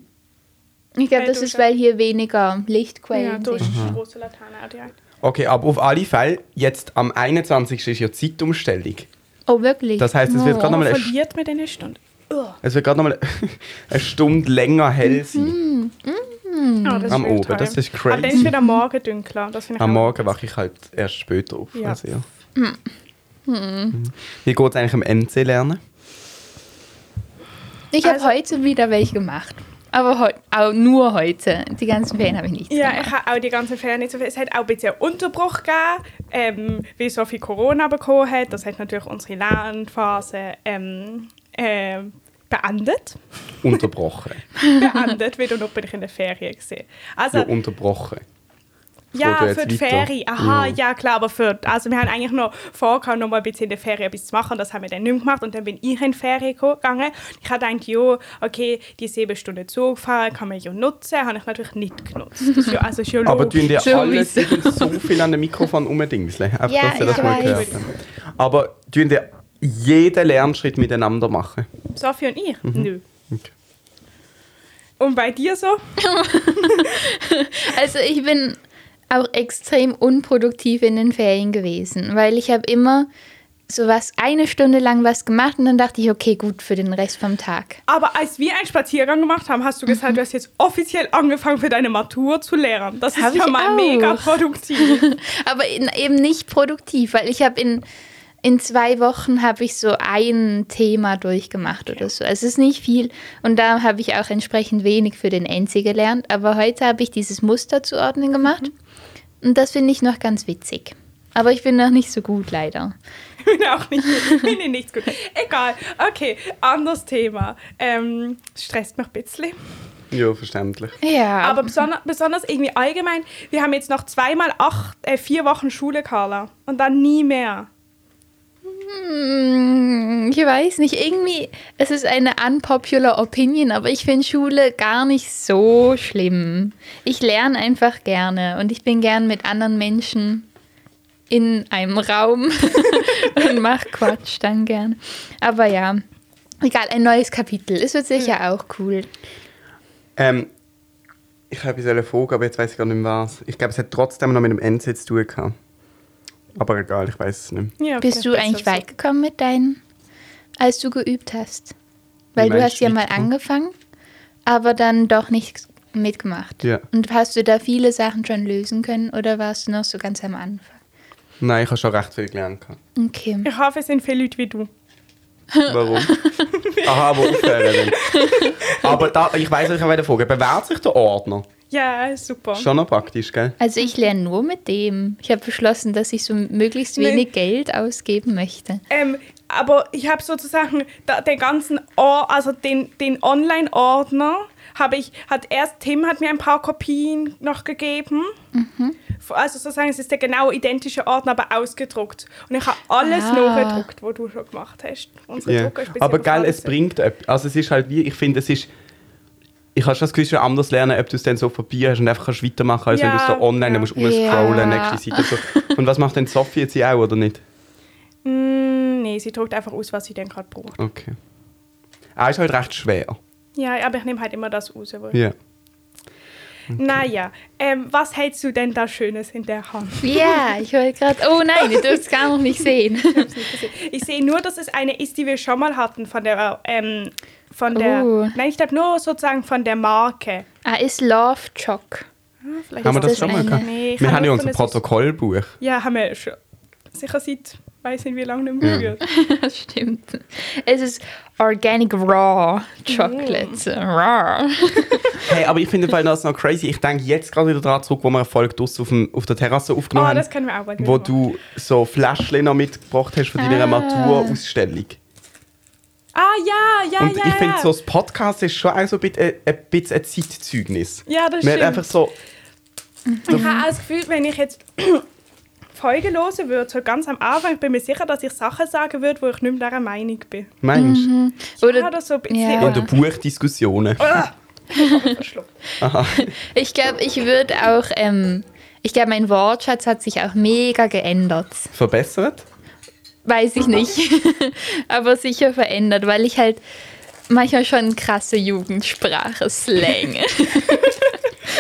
S3: Ich glaube, das ist, weil hier weniger Lichtquellen
S2: durch
S3: sind.
S2: die große Laterne auch direkt.
S1: Okay, aber auf alle Fälle, jetzt am 21. ist ja Zeitumstellung.
S3: Oh, wirklich?
S1: Das heisst, es wird
S3: Oh.
S1: gerade nochmal
S2: Man
S1: eine Sch-
S2: verliert mir denn eine Stunde. Ugh.
S1: es wird gerade noch mal <laughs> eine Stunde länger hell sein.
S2: Ah, das
S1: Am
S2: ist wirklich
S1: Oben,
S2: toll.
S1: das ist
S2: Aber dann
S1: crazy.
S2: ist wieder am Morgen dunkler. Das find ich
S1: Am
S2: auch-
S1: Morgen wache ich halt erst später auf.
S2: Ja.
S1: Also, ja.
S3: Hm.
S1: Hm. Wie geht es eigentlich am MC lernen?
S3: Ich habe
S2: Also-
S3: heute wieder welche gemacht. Aber heu auch nur heute. Die ganzen Ferien habe ich nichts
S2: Ja, ich
S3: gemacht.
S2: habe auch die ganzen Ferien nicht so viel. Es hat auch ein bisschen Unterbruch gegeben, ähm, weil so viel Corona bekommen hat. Das hat natürlich unsere Lernphase ähm, ähm,
S1: <laughs>
S2: beendet.
S3: <laughs>
S1: Unterbrochen.
S2: beendet, weil danach bin ich in der Ferien gesehen. Also,
S1: ja, unterbrochen.
S2: ja,
S1: wo du jetzt
S2: für die
S1: weiter-
S2: Ferien. Aha,
S1: Ja.
S2: ja. klar, aber für. Also, wir haben eigentlich noch vorgehabt, noch mal ein bisschen in der Ferien etwas zu machen. Das haben wir dann nicht mehr gemacht. Und dann bin ich in die Ferien geko- gegangen. Ich habe gedacht, ja, okay, die sieben Stunden zugefahren kann man ja nutzen. Habe ich natürlich nicht genutzt. Das ist ja, also, ist ja
S1: Aber tun dir
S3: Schon
S1: alle
S3: wissen.
S1: sieben so viel an dem Mikrofon rumdingseln. Einfach,
S3: <laughs> Ja,
S1: dass ihr das
S3: ich
S1: mal gehört
S3: weiß.
S1: habt. Aber tun dir jeden Lernschritt miteinander machen.
S2: Sophie und ich?
S1: Mhm.
S2: Nö.
S1: Okay.
S2: Und bei dir so?
S3: Also ich bin auch extrem unproduktiv in den Ferien gewesen, weil ich habe immer so was eine Stunde lang was gemacht und dann dachte ich, okay, gut für den Rest vom Tag. <laughs>
S2: Aber als wir einen Spaziergang gemacht haben, hast du gesagt,
S3: Mhm.
S2: du hast jetzt offiziell angefangen für deine Matur zu lehren. Das ist
S3: Hab
S2: ja
S3: ich
S2: mal
S3: auch.
S2: mega produktiv.
S3: Aber in, eben nicht produktiv, weil ich habe in, in zwei Wochen habe ich so ein Thema durchgemacht oder so. Es ist nicht viel und da habe ich auch entsprechend wenig für den NC gelernt. Aber heute habe ich dieses Muster zuordnen gemacht und das finde ich noch ganz witzig. Aber ich bin noch nicht so gut, leider.
S2: bin auch nicht, bin ich nicht gut. Egal. Okay, anderes Thema. Ähm, stresst mich ein bisschen.
S1: Ja, verständlich.
S3: Ja.
S2: Aber besonders, besonders irgendwie allgemein, wir haben jetzt noch zweimal acht, äh, vier Wochen Schule, Carla. Und dann nie mehr.
S3: Mm, Ich weiß nicht, irgendwie, es ist eine unpopular Opinion, aber ich finde Schule gar nicht so schlimm. Ich lerne einfach gerne und ich bin gern mit anderen Menschen in einem Raum <laughs> und mache Quatsch dann gern. Aber ja, egal, ein neues Kapitel. Es wird sicher auch cool.
S1: Ähm, ich habe eine Frage, aber jetzt weiß ich gar nicht mehr was. Ich glaube, es hat trotzdem noch mit dem NC zu tun gehabt. Aber egal, ich weiß es nicht.
S2: Ja,
S3: Bist du
S2: vielleicht
S3: eigentlich
S2: besser so.
S3: weit gekommen mit deinen, als du geübt hast? Weil du
S1: meinst
S3: hast ja
S1: weit
S3: mal
S1: gekommen?
S3: angefangen, aber dann doch nicht mitgemacht.
S1: Ja.
S3: Und hast du da viele Sachen schon lösen können oder warst du noch so ganz am Anfang?
S1: Nein, ich habe schon recht viel gelernt. gehabt.
S3: Okay.
S2: Ich hoffe, es sind viele Leute wie du.
S1: Warum? Aha, aber aufhören
S2: <laughs>
S1: will. Aber da, ich weiß nicht, ich wollte fragen, bewährt sich der Ordner?
S2: Ja, super.
S1: Schon noch praktisch, gell?
S3: Also ich lerne nur mit dem. Ich habe beschlossen, dass ich so möglichst
S2: Nee.
S3: wenig Geld ausgeben möchte.
S2: Ähm, aber ich habe sozusagen da, den ganzen, Or also den, den Online-Ordner habe ich, hat erst Tim hat mir ein paar Kopien noch gegeben. Also sozusagen, es ist der genau identische Ordner, aber ausgedruckt. Und ich habe alles
S3: Ah.
S2: nachgedruckt, was du schon gemacht hast. Unsere
S1: Ja.
S2: Drucker ist ein bisschen
S1: Aber gell, es
S2: überfordert.
S1: bringt etwas. Also es ist halt wie, ich finde, es ist ich kann schon das Gefühl schon anders lernen, ob du es dann so vorbei hast und einfach kannst weitermachen, als
S2: Ja,
S1: wenn du es so online
S2: ja.
S1: dann musst rumscrollen,
S3: Ja.
S1: nächste Seite. So. Und was macht denn Sophie jetzt hier auch, oder nicht?
S2: Mm, nee, sie druckt einfach aus, was sie dann gerade braucht.
S1: Okay. Ah, ist halt recht schwer.
S2: Ja, aber ich nehme halt immer das raus. Wo ich...
S1: Ja.
S2: Naja, ähm, was hältst du denn da Schönes in der Hand?
S3: Ja, ich wollte gerade. Oh nein, ihr dürft es gar noch nicht sehen.
S2: Ich sehe nur, dass es eine ist, die wir schon mal hatten von der, ähm, von der,
S3: Oh.
S2: nein, ich glaube nur sozusagen von der Marke.
S3: Ah, ist Love Chock.
S2: Ah, vielleicht
S1: Haben wir
S2: ist
S1: das
S3: das
S1: schon mal
S3: eine-
S1: gehabt?
S2: Nee, ich
S1: wir
S2: kann
S1: haben ja
S2: nur
S1: unser
S2: von-
S1: Protokollbuch.
S2: Ja, haben wir schon. Sicher seit, weiß nicht wie lange nicht mehr
S1: Ja.
S2: berührt.
S3: Das stimmt. Es ist Organic Raw Chocolate. Raw.
S1: Hey, aber ich finde im Fall das noch crazy. Ich denke jetzt gerade wieder dran zurück, wo wir eine Folge draussen auf, dem, auf der Terrasse aufgenommen
S2: Oh, das
S1: haben,
S2: können wir auch mal
S1: wo du so Fläschchen noch mitgebracht hast von deiner
S3: Ah.
S1: Maturausstellung.
S2: Ah, ja, ja,
S1: Und
S2: ja.
S1: ich finde,
S2: ja.
S1: so das Podcast ist schon auch so ein bisschen ein, bisschen ein Zeitzeugnis.
S2: Ja, das
S1: Man hat
S2: stimmt.
S1: einfach so,
S2: Ich habe auch das Gefühl, wenn ich jetzt <coughs> Folgen hören würde, so ganz am Anfang, ich bin mir sicher, dass ich Sachen sagen würde, wo ich nicht mehr dieser Meinung
S3: <laughs>
S2: bin.
S1: Mensch,
S2: Oder ja,
S3: Oder
S2: das so ein bisschen.
S3: Mhm. Ja.
S1: oder Buchdiskussionen.
S2: Oh. verschluckt.
S3: ich glaube, ich würde auch. Ähm, ich glaube, mein Wortschatz hat sich auch mega geändert.
S1: Verbessert?
S3: Weiß ich nicht. <laughs> Aber sicher verändert, weil ich halt manchmal schon krasse
S1: <laughs>
S3: Jugendsprache slang.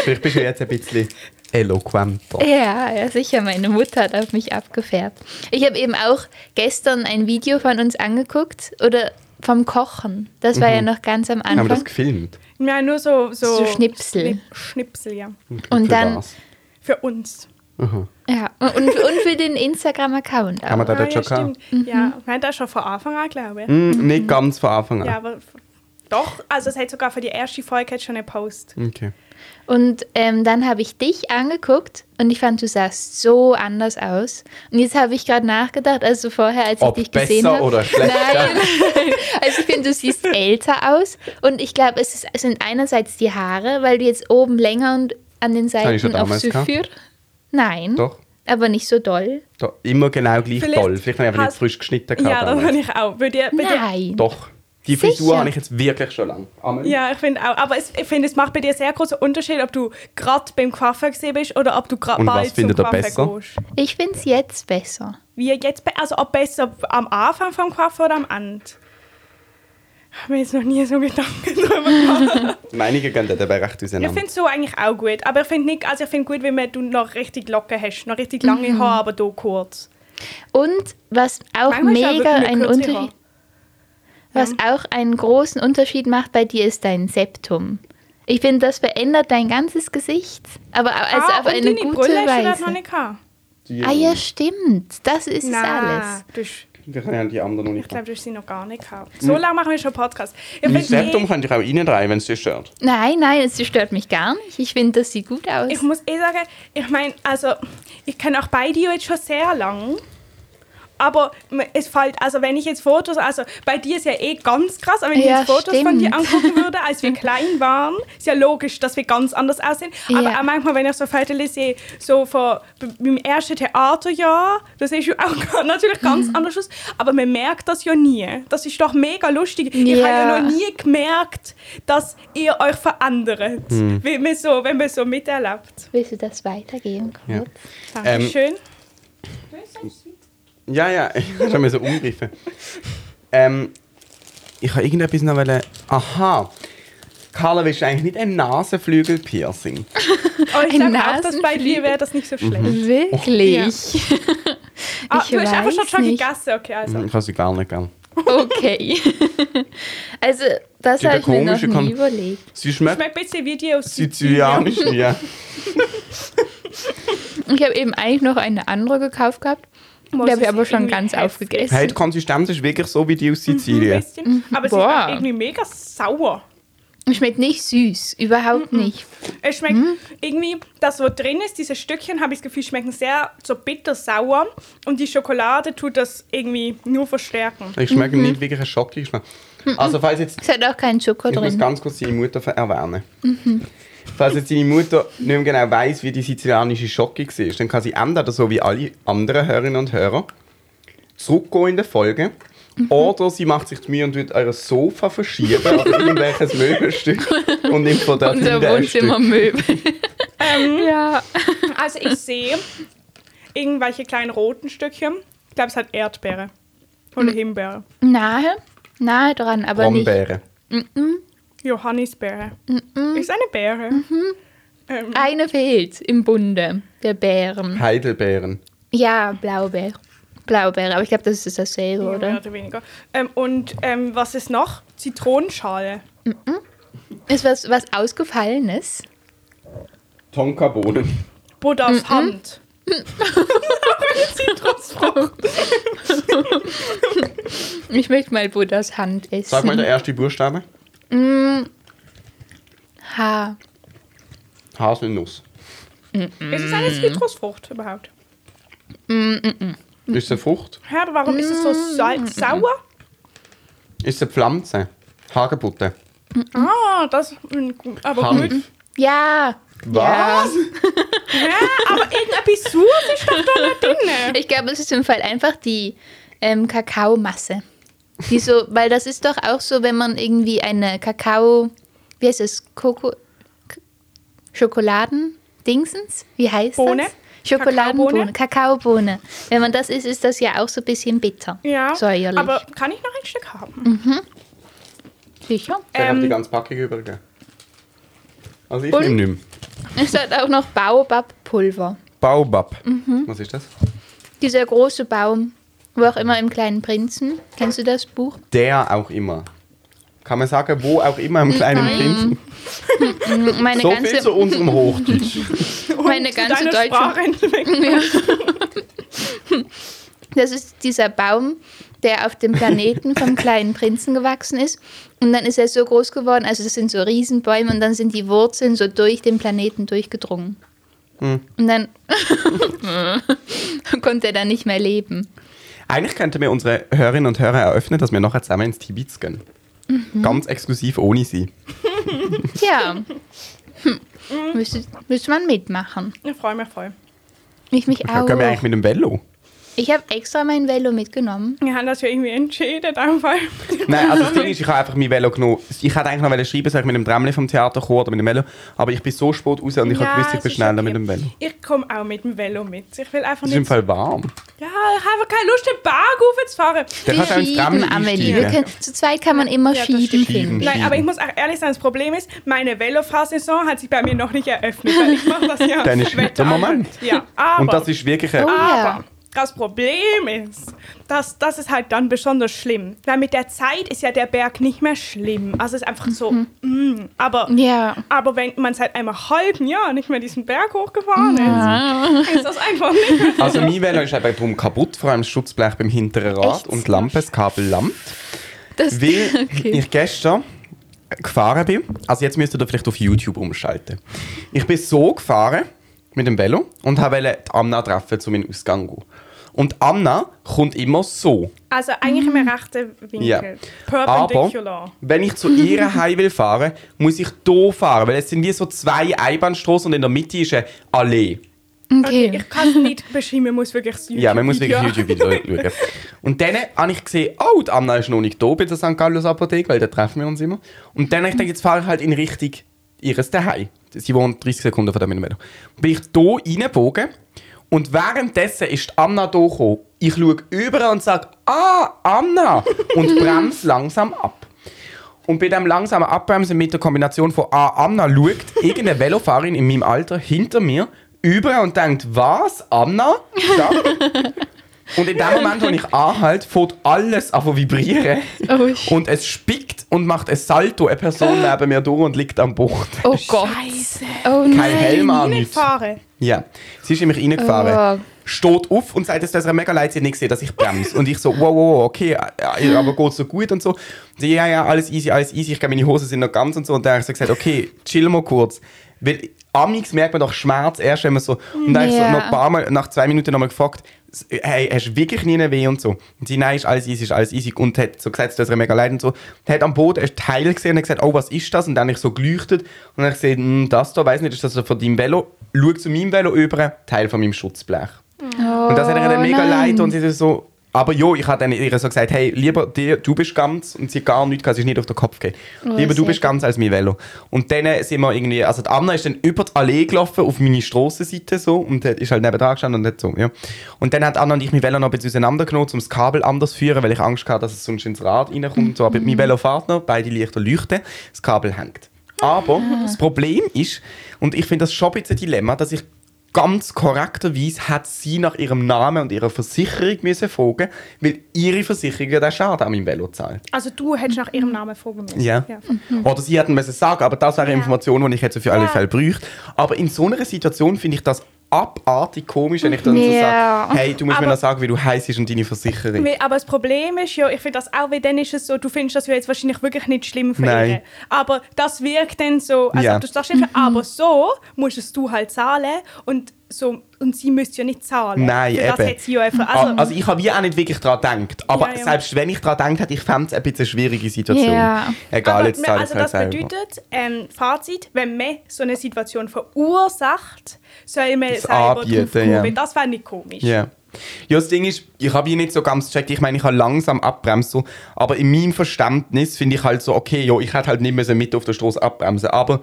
S1: Vielleicht bist du jetzt ein bisschen eloquenter.
S3: Ja, ja, sicher. Meine Mutter hat auf mich abgefärbt. Ich habe eben auch gestern ein Video von uns angeguckt oder vom Kochen. Das war ja noch ganz am
S1: Mhm. Haben wir das
S3: Anfang.
S1: gefilmt?
S2: Ja, nur so, so,
S3: So Schnipsel.
S2: Schnipp- Schnipsel, ja.
S3: Und
S1: Für
S3: dann,
S1: was?
S2: Für uns.
S3: ja, und, und für den Instagram-Account
S1: Haben wir
S3: auch.
S1: da
S2: Ah,
S1: dort
S2: ja,
S1: schon gehabt?
S2: stimmt. Ja,
S3: Mhm.
S2: wir haben das schon von Anfang an, glaube ich.
S1: Hm, Nicht ganz von Anfang an.
S2: Ja, aber f- doch, also es hat sogar für die erste Folge hat schon einen Post.
S1: Okay.
S3: Und ähm, dann habe ich dich angeguckt und ich fand, du sahst so anders aus. Und jetzt habe ich gerade nachgedacht, also vorher, als
S1: Ob
S3: ich dich gesehen
S1: besser
S3: habe.
S1: oder schlechter?
S3: Nein, nein. <laughs> Also ich finde, du siehst älter aus. Und ich glaube, es, ist- es sind einerseits die Haare, weil du jetzt oben länger und an den
S1: habe ich schon
S3: Seiten auf
S1: damals gehabt.
S3: Syphir. Nein.
S1: Doch.
S3: Aber nicht so doll.
S1: Da, immer genau gleich
S2: Vielleicht
S1: toll. Vielleicht habe ich einfach
S2: hast-
S1: nicht frisch geschnitten. gehabt
S2: Ja, das
S1: damals.
S2: finde ich auch. Bei dir, bei dir,
S3: Nein.
S1: Doch. Die
S3: Sicher?
S1: Frisur habe ich jetzt wirklich schon lange. Amen.
S2: ja, ich finde auch. Aber es, ich finde, es macht bei dir sehr großen Unterschied, ob du gerade beim Coiffeur gesehen bist oder ob du gerade
S1: Und
S2: bald
S1: was findet
S2: zum
S1: ihr
S2: Coiffeur
S1: besser?
S2: gehst.
S3: Ich finde es jetzt besser.
S2: Wie jetzt, be- also ob besser am Anfang vom Coiffeur oder am Ende? Ich habe mir jetzt noch nie so Gedanken <laughs> drüber gemacht.
S1: Meinige gehen dann dabei recht
S2: Ich
S1: auseinander.
S2: finde so eigentlich auch gut. Aber ich finde nicht, also ich finde gut, wenn man- du noch richtig Locken hast. Noch richtig lange
S3: Mhm.
S2: Haare, aber hier kurz.
S3: Und was auch
S2: Manchmal ist ja
S3: mega
S2: wirklich
S3: einen
S2: kürzere.
S3: Unterschied, was auch einen großen Unterschied macht bei dir, ist dein Septum. Ich finde, das verändert dein ganzes Gesicht, aber au- also
S2: ah,
S3: auf
S2: und
S3: eine
S2: deine
S3: gute
S2: Brille hast du das noch
S3: Weise.
S2: nicht gehabt.
S1: Die-
S3: Ah ja, stimmt. Das ist es
S2: Nein,
S3: alles.
S2: Du hast,
S1: Die können ja die anderen noch
S2: ich
S1: nicht.
S2: glaube, du hast sie noch gar nicht gehabt. So lange machen wir schon Podcast. Ich
S1: Hm. Mein
S2: find eh-
S1: Septum könnte ich auch reindrehen, wenn es dich stört.
S3: Nein, nein, es stört mich gar nicht. Ich finde, das sieht gut aus.
S2: ich muss eh sagen, ich meine, also ich kenne auch beide jetzt schon sehr lang. Aber m- es fällt, also wenn ich jetzt Fotos, also bei dir ist ja eh ganz krass, aber wenn ich
S3: Ja,
S2: jetzt Fotos von dir
S3: stimmt.
S2: angucken würde, als
S3: <laughs>
S2: wir klein waren, ist ja logisch, dass wir ganz anders aussehen. Aber
S3: Ja.
S2: auch manchmal, wenn ich so Fotos sehe, so von b- meinem ersten Theaterjahr, das ist ja auch <laughs> natürlich ganz
S3: Mhm.
S2: anders aus, aber man merkt das ja nie. Das ist doch mega lustig. Ich habe ja
S3: Ja.
S2: noch nie gemerkt, dass ihr euch verändert, wenn, man so, wenn man so miterlebt.
S3: Willst du das weitergeben?
S1: Ja.
S3: kurz? Ähm.
S2: Dankeschön.
S1: Ja, ja, <laughs> ich habe schon mal so umgriffen. ähm, ich habe irgendetwas noch wollen. Aha. Carla, willst du eigentlich nicht ein Nasenflügel-Piercing?
S2: oh, ich
S3: Ein
S2: glaube auch, dass bei
S3: Nasenflügel.
S2: dir wäre das nicht so schlecht.
S3: Wirklich?
S2: Ah,
S3: Ich
S2: du hast einfach
S3: weiß
S2: schon, schon
S3: nicht.
S2: gegessen, okay, also.
S1: Ich kann sie gar nicht gern.
S3: <laughs> Okay. <laughs> also, das
S1: Dieser
S3: habe ich mir noch
S1: komische
S3: nie
S1: Kon-
S3: überlegt.
S1: Sie schmeckt
S2: Schmeckt ein bisschen wie die aus Sizilien.
S1: sizilianisch, ja.
S3: Ich habe eben eigentlich noch eine andere gekauft gehabt. Die
S2: Muss
S3: habe ich
S2: es
S3: aber schon
S2: irgendwie
S3: ganz
S2: heftig.
S3: aufgegessen.
S1: Hey, die Konsistenz ist wirklich so wie die aus Sizilien.
S2: Ein bisschen. Aber es ist
S3: Mhm. Boah.
S2: auch irgendwie mega sauer.
S3: Schmeckt nicht süß, überhaupt nicht.
S2: Es schmeckt
S3: Mhm.
S2: irgendwie, das, was drin ist, diese Stückchen, habe ich das Gefühl, schmecken sehr so bitter-sauer. Und die Schokolade tut das irgendwie nur verstärken.
S1: Ich schmecke nicht wirklich einen Schokogeschmack. Also, falls jetzt
S3: Es hat auch keinen Schoko
S1: Ich muss
S3: drin.
S1: ganz kurz deine Mutter ver- erwähnen. Falls jetzt deine Mutter nicht mehr genau weiß, wie die sizilianische Schocke war, dann kann sie entweder so wie alle anderen Hörerinnen und Hörer zurückgehen in der Folge Oder sie macht sich die Mühe und wird euer Sofa verschieben oder irgendwelches Möbelstück und nimmt von dort
S3: Unser
S1: hinten ein Stück.
S3: Wohnzimmermöbel.
S1: <laughs>
S3: ja.
S2: Also ich sehe irgendwelche kleinen roten Stückchen. Ich glaube, es hat Erdbeere oder Himbeere.
S3: Nahe, nahe dran, aber nicht.
S1: Brombeere.
S2: Johannisbeere. Ist eine Beere. Ähm,
S3: Eine fehlt im Bunde, der Bären.
S1: Heidelbeeren.
S3: Ja, Blaubeer. Blaubeere, aber ich glaube, das ist dasselbe,
S2: ja, Mehr
S3: oder?
S2: oder weniger. Ähm, und ähm, was ist noch? Zitronenschale.
S3: Ist was, was Ausgefallenes?
S1: Tonkabohnen.
S2: Buddha auf Hand. Zitrusfrucht.
S3: Ich möchte mal Buddhas Hand essen.
S1: Sag mal den ersten Buchstaben.
S3: Ha.
S1: Haselnuss.
S2: Ist es eine Zitrusfrucht überhaupt?
S1: Ist es eine Frucht?
S2: Hä, aber warum ist es so salz sauer?
S1: Ist es eine Pflanze? Hagebutte.
S2: Ah, das. Aber gut.
S1: Hanf.
S3: Ja.
S1: Was?
S2: Hä, aber irgendetwas Sures ist doch da nicht drin.
S3: <laughs> Ich glaube, es ist im Fall einfach die ähm, Kakaomasse. Die so, weil das ist doch auch so, wenn man irgendwie eine Kakao, wie heißt es, Koko, K- Schokoladen-Dingsens? Wie heißt
S2: Bohne?
S3: das? Schokoladenbohne, Kakaobohne. Wenn man das isst, ist das ja auch so ein bisschen bitter. <laughs>
S2: Ja,
S3: Säuerlich.
S2: aber kann ich noch ein Stück haben?
S3: Genau, sicher.
S1: Dann ähm, die
S2: Ähm.
S1: ganze Packung übergeben. Also ich
S3: Und-
S1: nehme nicht mehr.
S3: Es hat auch noch Baobabpulver.
S1: Baobab. Was ist das?
S3: Dieser große Baum, wo auch immer im kleinen Prinzen. Kennst du das Buch?
S1: Der auch immer. Kann man sagen, wo auch immer im kleinen Prinzen.
S3: Meine
S1: So viel zu
S3: ganze,
S1: unserem Hochdeutsch.
S3: meine ganze
S2: Deine <laughs>
S3: deutsche
S2: Sprachentwicklung.
S3: Das ist dieser Baum, der auf dem Planeten
S1: <laughs>
S3: vom kleinen Prinzen gewachsen ist. Und dann ist er so groß geworden, also das sind so Riesenbäume und dann sind die Wurzeln so durch den Planeten durchgedrungen.
S1: Hm.
S3: Und dann <laughs> konnte er dann nicht mehr leben.
S1: Eigentlich könnten wir unsere Hörerinnen und Hörer eröffnen, dass wir nachher zusammen ins Tibet gehen. Ganz exklusiv ohne sie.
S3: Tja, hm. müsste, müsste man mitmachen.
S2: Ich freue mich voll.
S3: Ich mich
S1: Dann
S3: auch.
S1: können wir eigentlich mit dem Velo.
S3: Ich habe extra mein Velo mitgenommen.
S2: Wir haben das ja irgendwie entschieden, einfach.
S1: Nein, also das Ding ist, ich habe einfach mein Velo genommen. Ich hätte eigentlich noch wollen schreiben, soll ich mit dem Tramli vom Theater kommen oder mit dem Velo. Aber ich bin so spät raus und ich habe gewusst, ich
S2: es
S1: bin
S2: ist
S1: schneller
S2: okay.
S1: mit dem Velo.
S2: Ich komme auch mit dem Velo mit. Ich will einfach
S1: Es ist
S2: nicht.
S1: im Fall warm.
S2: Ja, ich habe keine Lust, den Berg hochzufahren.
S1: Da kannst du auch ins Tramli
S3: schieben, Amelie. Wir
S1: einsteigen.
S3: können, zu zweit kann man immer
S2: Ja, das
S3: schieben,
S1: stimmt.
S3: finde ich.
S2: Nein, aber ich muss auch ehrlich sein, das Problem ist, meine Velofahrsaison hat sich bei mir noch nicht eröffnet, weil ich mache
S1: <laughs>
S2: das ja
S1: Dann ist der Moment.
S2: Ja, aber,
S1: Und das ist wirklich ein
S3: Oh ja.
S2: aber das Problem ist, dass, das ist halt dann besonders schlimm. Weil mit der Zeit ist ja der Berg nicht mehr schlimm. Also es ist einfach so, mm, aber,
S3: Ja.
S2: aber wenn man seit einem halben Jahr nicht mehr diesen Berg hochgefahren ist, ist das einfach nicht mehr
S1: Also mein Velo ist eben drum kaputt, vor allem das Schutzblech beim hinteren Rad
S3: Echt?
S1: und die Lampe, das Kabel lammt.
S3: Das-
S1: Weil
S3: <laughs> okay.
S1: ich gestern gefahren bin, also jetzt müsst ihr da vielleicht auf YouTube umschalten. Ich bin so gefahren mit dem Velo und habe wollte die Amna treffen, zu meinem Ausgang zu gehen. Und Amna kommt immer so.
S2: Also eigentlich im rechten Winkel.
S1: Ja.
S2: Perpendicular.
S1: Aber wenn ich zu ihrer Heim will fahren, muss ich hier fahren, weil es sind wie so zwei Einbahnstraßen und in der Mitte ist eine Allee.
S3: Okay.
S2: Ich kann es nicht beschreiben, man muss wirklich das YouTube
S1: Ja, man muss wirklich YouTube-Video schauen. Und dann habe ich gesehen, oh, die Anna ist noch nicht da bei der St. Gallos Apotheke, weil da treffen wir uns immer. Und dann habe ich gedacht, jetzt fahre ich halt in Richtung ihres Daheim. Sie wohnt 30 Sekunden von dem Velo. Bin ich hier reingebogen und währenddessen ist die Anna da gekommen. Ich schaue über und sage, ah, Anna! Und bremse langsam ab. Und bei dem langsamen Abbremsen mit der Kombination von A, Anna schaut irgendeine Velofahrerin in meinem Alter hinter mir über und denkt, was, Anna? Da? Und in dem Moment, wo ich anhalte, fängt alles an zu vibrieren.
S3: Oh, shit.
S1: und es spickt und macht ein Salto. Eine Person
S2: Ah.
S1: neben mir durch und liegt am Boden.
S3: Oh Gott.
S2: <laughs> Scheiße.
S3: Oh nein.
S1: Kein Helm an,
S2: Nicht
S1: nichts.
S2: fahren. Ah.
S1: Ja. Sie ist in mich reingefahren. Steht auf und sagt, es tut ihr mega leid, sie hat nicht gesehen, dass ich bremse. Und ich so, wow, wow, wow, okay, äh, aber geht's so gut und so. Und sie, ja, ja, alles easy, alles easy, ich glaube, meine Hosen sind noch ganz und so. Und dann habe ich so gesagt, okay, chill mal kurz. Weil amigs merkt man doch Schmerz erst, wenn man so... Und dann habe ich so
S3: Ja.
S1: noch ein paar Mal, nach zwei Minuten nochmal gefragt, hey, hast du wirklich nie einen Weh und so? Und sie, nein, ist alles easy, ist alles easy. Und hat so gesagt, es tut ihr mega leid und so. Und hat am Boden ein Teil gesehen und hat gesagt, oh, was ist das? Und dann habe ich so geleuchtet und dann habe ich gesehen, hm, das da, weiß nicht, ist das da von deinem Velo?
S3: Oh
S1: Schau zu meinem Velo über, Teil von meinem Schutzblech. Und das hat ihr dann mega leid und sie so, Aber jo, ich habe dann ihr so gesagt, hey, lieber dir, du bist ganz und sie hat gar nichts, gehabt, sie ist nicht auf den Kopf gegeben.
S3: Oh,
S1: lieber du
S3: sehr
S1: bist ganz als mein Velo. Und dann sind wir irgendwie, also die Anna ist dann über die Allee gelaufen, auf meine Strassenseite so und hat- ist halt nebenan gestanden und hat so, ja. Und dann hat Anna und ich mein Velo noch ein bisschen auseinandergenommen, um das Kabel anders zu führen, weil ich Angst hatte, dass es sonst ins Rad reinkommt. So, aber mein Velo fährt noch, beide Lichter leuchten, das Kabel hängt. Aber das Problem ist, und ich finde das schon ein bisschen ein Dilemma, dass ich ganz korrekterweise hat sie nach ihrem Namen und ihrer Versicherung müssen fragen, weil ihre Versicherung ja den Schaden an meinem Velo zahlt.
S2: Also du hättest nach ihrem Namen fragen müssen.
S1: Ja. Oder sie hätten müssen sagen, aber das wäre eine
S2: Mhm. Ja.
S1: Information, die ich jetzt für alle
S2: Ja.
S1: Fälle bräuchte. Aber in so einer Situation finde ich das abartig komisch, wenn ich dann
S3: Ja.
S1: so sage, hey, du musst mir
S2: Aber-
S1: noch sagen, wie du heißt und deine Versicherung.
S2: Weil- Aber das Problem ist ja, ich finde das auch, weil dann ist es so, du findest das ja jetzt wahrscheinlich wirklich nicht schlimm für
S1: Nein.
S2: ihn. Aber das wirkt dann so, also
S1: Ja.
S2: ob du es das schlimm findest, aber so musst es du halt zahlen und, so, und sie müsste ja nicht zahlen.
S1: Nein,
S2: für Das
S1: eben.
S2: hat sie ja einfach,
S1: Also,
S2: also,
S1: also ich habe wie auch nicht wirklich daran gedacht. Aber
S2: Ja, ja.
S1: selbst wenn ich daran gedacht hätte, ich fände es ein bisschen eine schwierige Situation.
S3: Ja.
S1: Egal,
S2: aber
S1: jetzt
S2: wir-
S1: zahle
S2: also
S1: ich es
S2: das
S1: halt selber.
S2: bedeutet, ähm, Fazit, wenn man so eine Situation verursacht, soll man
S1: Das
S2: selber
S1: anbieten,
S2: drauf kommen,
S1: ja.
S2: weil das wäre nicht komisch.
S1: Ja. Ja, das Ding ist, ich habe ihn nicht so ganz gecheckt. Ich meine, ich habe langsam abbremst, so, aber in meinem Verständnis finde ich halt so, okay, ja, ich hätte halt nicht mehr mit auf der Straße abbremsen Aber,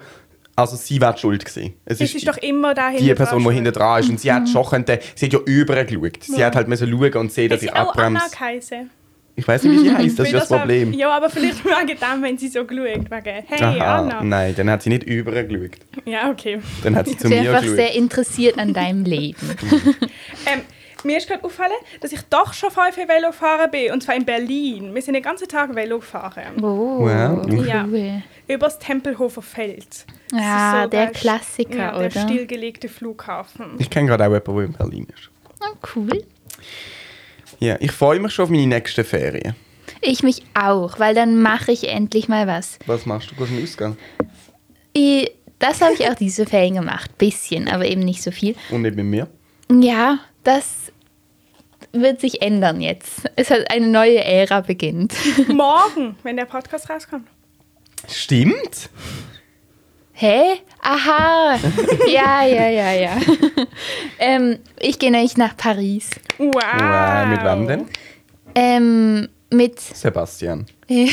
S1: also sie wäre die schuld gewesen. Es
S2: Es ist doch immer dahin.
S1: die Person, die hinten dran ist. Und sie hat schon könnte, sie hat ja übergeschaut. Sie hat halt müssen schauen und sehen, dass
S2: Dass
S1: ich
S2: sie auch Anna
S1: abbremse.
S2: geheißen.
S1: Ich weiß nicht, wie sie heißt, das ist ja das
S2: Weil
S1: Problem.
S2: Hat, ja, aber vielleicht <laughs> nur gedacht, wenn sie so geschaut wegen «Hey,
S1: Aha,
S2: Anna!»
S1: nein, dann hat sie nicht übergeschaut.
S2: Ja, okay.
S1: Dann hat sie zu
S3: Sie
S1: mir
S3: einfach
S1: geschaut.
S3: sehr interessiert an
S1: <laughs>
S3: deinem Leben.
S2: Ähm, mir ist gerade aufgefallen, dass ich doch schon voll viel Velo gefahren bin, und zwar in Berlin. Wir sind den ganzen Tag Velo gefahren.
S3: Oh,
S1: Wow.
S3: cool.
S2: Ja. Über das Tempelhofer Feld. Das
S3: Ah,
S2: ist
S3: der Klassiker,
S2: ja,
S3: oder?
S2: Der stillgelegte Flughafen. <laughs>
S1: Ich kenne gerade auch jemanden, der in Berlin ist.
S3: Oh, cool.
S1: Ja, ich freue mich schon auf meine nächsten Ferien.
S3: Ich mich auch, weil dann mache ich endlich mal was.
S1: Was machst du? Gehst du in den Ausgang?
S3: Ich, das habe ich auch diese Ferien gemacht. Bisschen, aber eben nicht so viel.
S1: Und nicht mit mir?
S3: Ja, das wird sich ändern jetzt. Es hat eine neue Ära beginnt. <laughs>
S2: Morgen, wenn der Podcast rauskommt.
S1: Stimmt!
S3: Hä?
S1: <laughs>
S3: Aha! Ja, ja, ja, ja. <laughs> ähm, ich gehe nämlich nach Paris.
S2: Wow.
S1: Wow, mit wem denn?
S3: Ähm, mit, äh,
S1: Sebastian.
S3: Ja.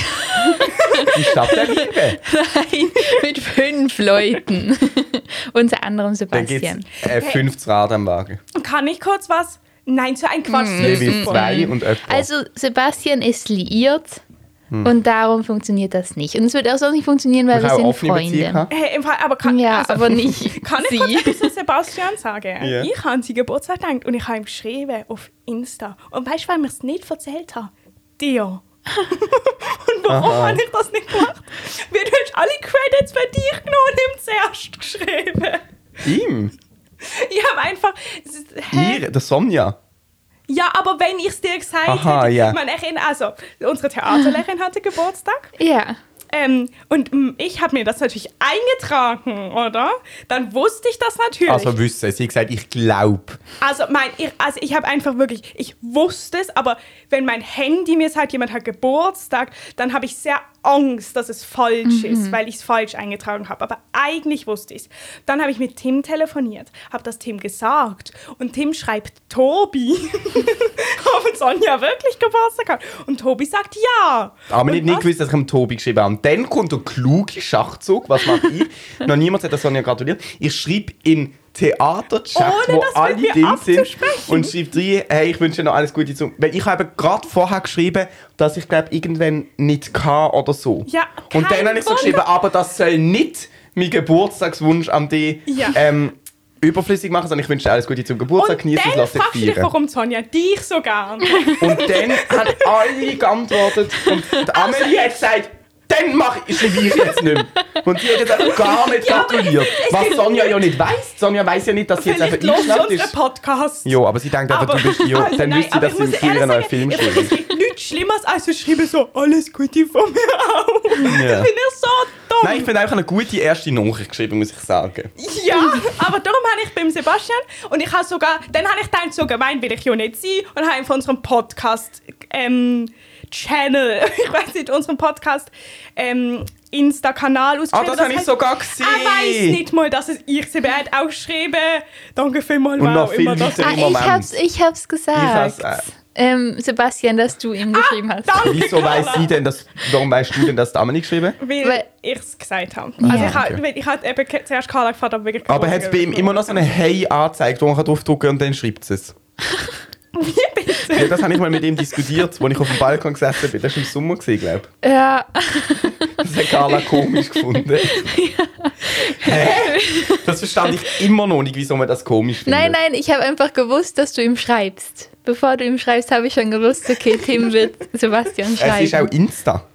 S1: Die Stadt der Liebe.
S3: <laughs> mit fünf Leuten. <laughs> Unter anderem
S1: Dann gibt's
S3: Sebastian.
S1: äh, 50 Rad am Wagen.
S2: Kann ich kurz was? Nein, so ein Quatsch. das
S1: Jeweils
S2: ist super.
S1: Hm. zwei und etwa.
S3: Mhm. Also Sebastian ist liiert
S1: Hm.
S3: und darum funktioniert das nicht. Und es wird auch sonst nicht funktionieren, weil
S1: Ich
S3: wir
S1: habe
S3: sind
S1: offene Beziehung
S3: Freunde.
S1: gehabt.
S2: Hey, im Fall, aber kann,
S3: Ja,
S2: also, <laughs>
S3: aber nicht
S2: Kann ich
S3: sie.
S2: kurz etwas zu Sebastian sagen?
S1: Ja.
S2: Ich habe an seinen Geburtstag gedacht und ich habe ihm geschrieben auf Insta. Und weißt du, weil ich es nicht erzählt habe? Dir. <laughs> und warum
S1: Aha.
S2: habe ich das nicht gemacht? Weil du hast alle Credits für dich genommen und ihm zuerst geschrieben.
S1: Ihm?
S2: Ich habe einfach... es ist- hä?
S1: Ihr? Der Sonja?
S2: Ja, aber wenn ich es dir gesagt
S1: Aha,
S2: hätte...
S1: ja.
S2: Ich meine, ich, also, unsere Theaterlehrerin hatte Geburtstag.
S3: <laughs> Ja.
S2: Ähm, und mm, ich habe mir das natürlich eingetragen, oder? Dann wusste ich das natürlich.
S1: Also wissen, sie hat gesagt, ich glaube.
S2: Also, mein, ich, also ich habe einfach wirklich, ich wusste es, aber wenn mein Handy mir sagt, jemand hat Geburtstag, dann habe ich sehr Angst, dass es falsch ist, weil ich es falsch eingetragen habe. Aber eigentlich wusste ich es. Dann habe ich mit Tim telefoniert, habe das Tim gesagt und Tim schreibt Tobi. <laughs> und Sonja wirklich Geburtstag hat. Und Tobi sagt ja.
S1: Aber
S2: und
S1: nicht, nicht
S2: was-
S1: gewusst, dass ich dem Tobi geschrieben habe. Und dann kommt der kluge Schachzug. Was mache
S2: <laughs>
S1: ich? Noch niemand hat der Sonja gratuliert. Ich schreibe in Theaterchat,
S2: Ohne
S1: wo
S2: das mit
S1: alle
S2: mir
S1: drin sind
S2: abzusprechen.
S1: und schreibe rein, hey, ich wünsche dir noch alles Gute zum... Weil ich habe gerade vorher geschrieben, dass ich glaube irgendwann nicht kann oder so.
S2: Ja,
S1: und
S2: kein
S1: dann habe ich so
S2: Wunder.
S1: geschrieben, aber das soll nicht mein Geburtstagswunsch an dich
S2: Ja.
S1: ähm, überflüssig machen, sondern ich wünsche dir alles Gute zum Geburtstag,
S2: Und
S1: genieße es,
S2: dann
S1: lass dich
S2: fragst du dich,
S1: feiern.
S2: warum Sonja dich so gern.
S1: Und dann haben alle geantwortet. Und
S2: Also
S1: die Amelie hat gesagt, dann mache ich, schreibe ich jetzt nicht mehr. Und die hat jetzt einfach gar nicht gratuliert. Was Sonja ja nicht weiss. Sonja weiss ja nicht, dass sie jetzt einfach
S2: Vielleicht los
S1: eingeschnappt
S2: unseren
S1: ist.
S2: Podcast.
S1: Jo, aber sie denkt einfach, du bist jo.
S2: Also
S1: dann
S2: nein,
S1: wüsste sie,
S2: aber
S1: dass
S2: ich
S1: sie im
S2: muss ehrlich
S1: Ferien noch einen
S2: sagen,
S1: Film
S2: ich finde,
S1: schauen.
S2: Es gibt nichts Schlimmeres, als zu schreiben so «Alles Gute von mir auch».
S1: Ja.
S2: Ich bin ja so dumm.
S1: Nein, ich finde einfach eine gute erste Nachricht geschrieben, muss ich sagen.
S2: ja, aber darum habe ich beim Sebastian und ich habe sogar, dann habe ich dann so gemeint, will ich ja nicht sein und habe ihm von unserem Podcast ähm, Channel, <laughs> ich weiß nicht, unserem Podcast ähm, Insta-Kanal
S1: Ah,
S2: ausgeschrieben.
S1: das habe ich
S2: heißt,
S1: sogar gesehen.
S2: Er weiß nicht mal, dass es ich sie werde auch geschrieben. Danke vielmals,
S1: Und
S2: wow,
S1: noch viel
S2: immer das.
S1: weiter.
S3: Ah,
S1: Moment.
S3: ich hab's, ich hab's
S1: Ich
S3: gesagt.
S1: has, äh,
S3: ähm, Sebastian, dass du
S2: Ah,
S3: ihm geschrieben hast.
S2: Danke,
S1: Wieso
S2: Carla.
S1: weiss sie denn, dass, warum weißt du denn, dass Dame nicht geschrieben
S2: Weil,
S3: Weil-
S2: ich es gesagt habe.
S3: Ja.
S2: Also ich habe
S1: Okay.
S2: weil ich habe eben ke- zuerst Carla gefragt, ob wirklich...
S1: Aber hat es bei ihm immer noch so eine Hey angezeigt, wo man kann draufdrücken kann und dann schreibt
S2: <laughs>
S1: es. Ja, das habe ich mal mit ihm diskutiert, als ich auf dem Balkon gesessen bin. Das war im Sommer, glaube ich.
S3: Ja,
S1: Das hat
S2: <laughs>
S1: Carla komisch gefunden. Hä? Das verstand ich immer noch nicht, wieso man das komisch findet.
S3: nein, nein, ich habe einfach gewusst, dass du ihm schreibst. Bevor du ihm schreibst, habe ich schon gewusst, okay, Tim
S1: <laughs>
S3: wird Sebastian schreiben.
S1: Es ist auch Insta.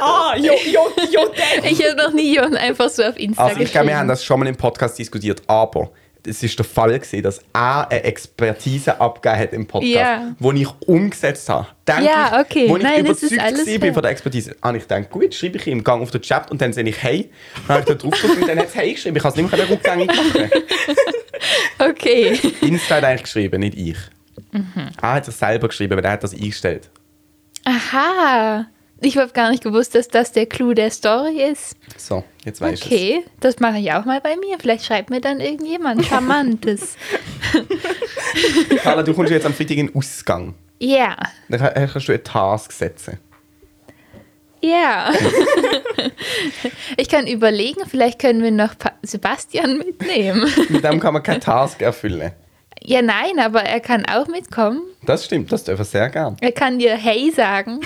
S2: Ah, jo, jo, jo, der.
S3: ich habe noch nie jemanden einfach so auf Insta
S1: Also ich
S3: geschrieben.
S1: glaube, wir haben das schon mal im Podcast diskutiert, aber es ist der Fall gewesen, dass er eine Expertise abgegeben hat im Podcast,
S3: Ja.
S1: wo ich umgesetzt habe. Denke
S3: Ja, okay.
S1: ich, wo ich
S3: Nein, das ist
S1: überzeugt
S3: alles
S1: gewesen bin
S3: fair.
S1: von der Expertise. Ah, Und ich denke, gut, schreibe ich ihm, gang auf den Chat und dann sehe ich Hey. Dann habe ich da drauf gedrückt und dann hat es Hey geschrieben. Ich kann es nicht mehr rückgängig machen.
S3: Okay.
S1: Insta hat eigentlich geschrieben, nicht ich.
S3: Mhm.
S1: Er hat es selber geschrieben, weil er hat das eingestellt.
S3: Aha. Ich habe gar nicht gewusst, dass das der Clou der Story ist.
S1: So, jetzt weiß ich es.
S3: Okay, das mache ich auch mal bei mir. Vielleicht schreibt mir
S2: <laughs>
S3: dann irgendjemand Charmantes.
S1: Carla, du kommst jetzt am Freitag in den Ausgang.
S3: Ja,
S1: Dann kann- kannst du eine Task setzen.
S2: <laughs>
S3: ja. Ich kann überlegen, vielleicht können wir noch Pa- Sebastian
S2: <laughs>
S3: mitnehmen.
S1: Mit dem kann man
S3: <laughs>
S1: keine Task erfüllen.
S3: Ja, nein, aber er kann auch mitkommen.
S1: Das stimmt, das dürfen wir sehr gern.
S3: Er kann dir Hey
S2: <laughs>
S3: sagen.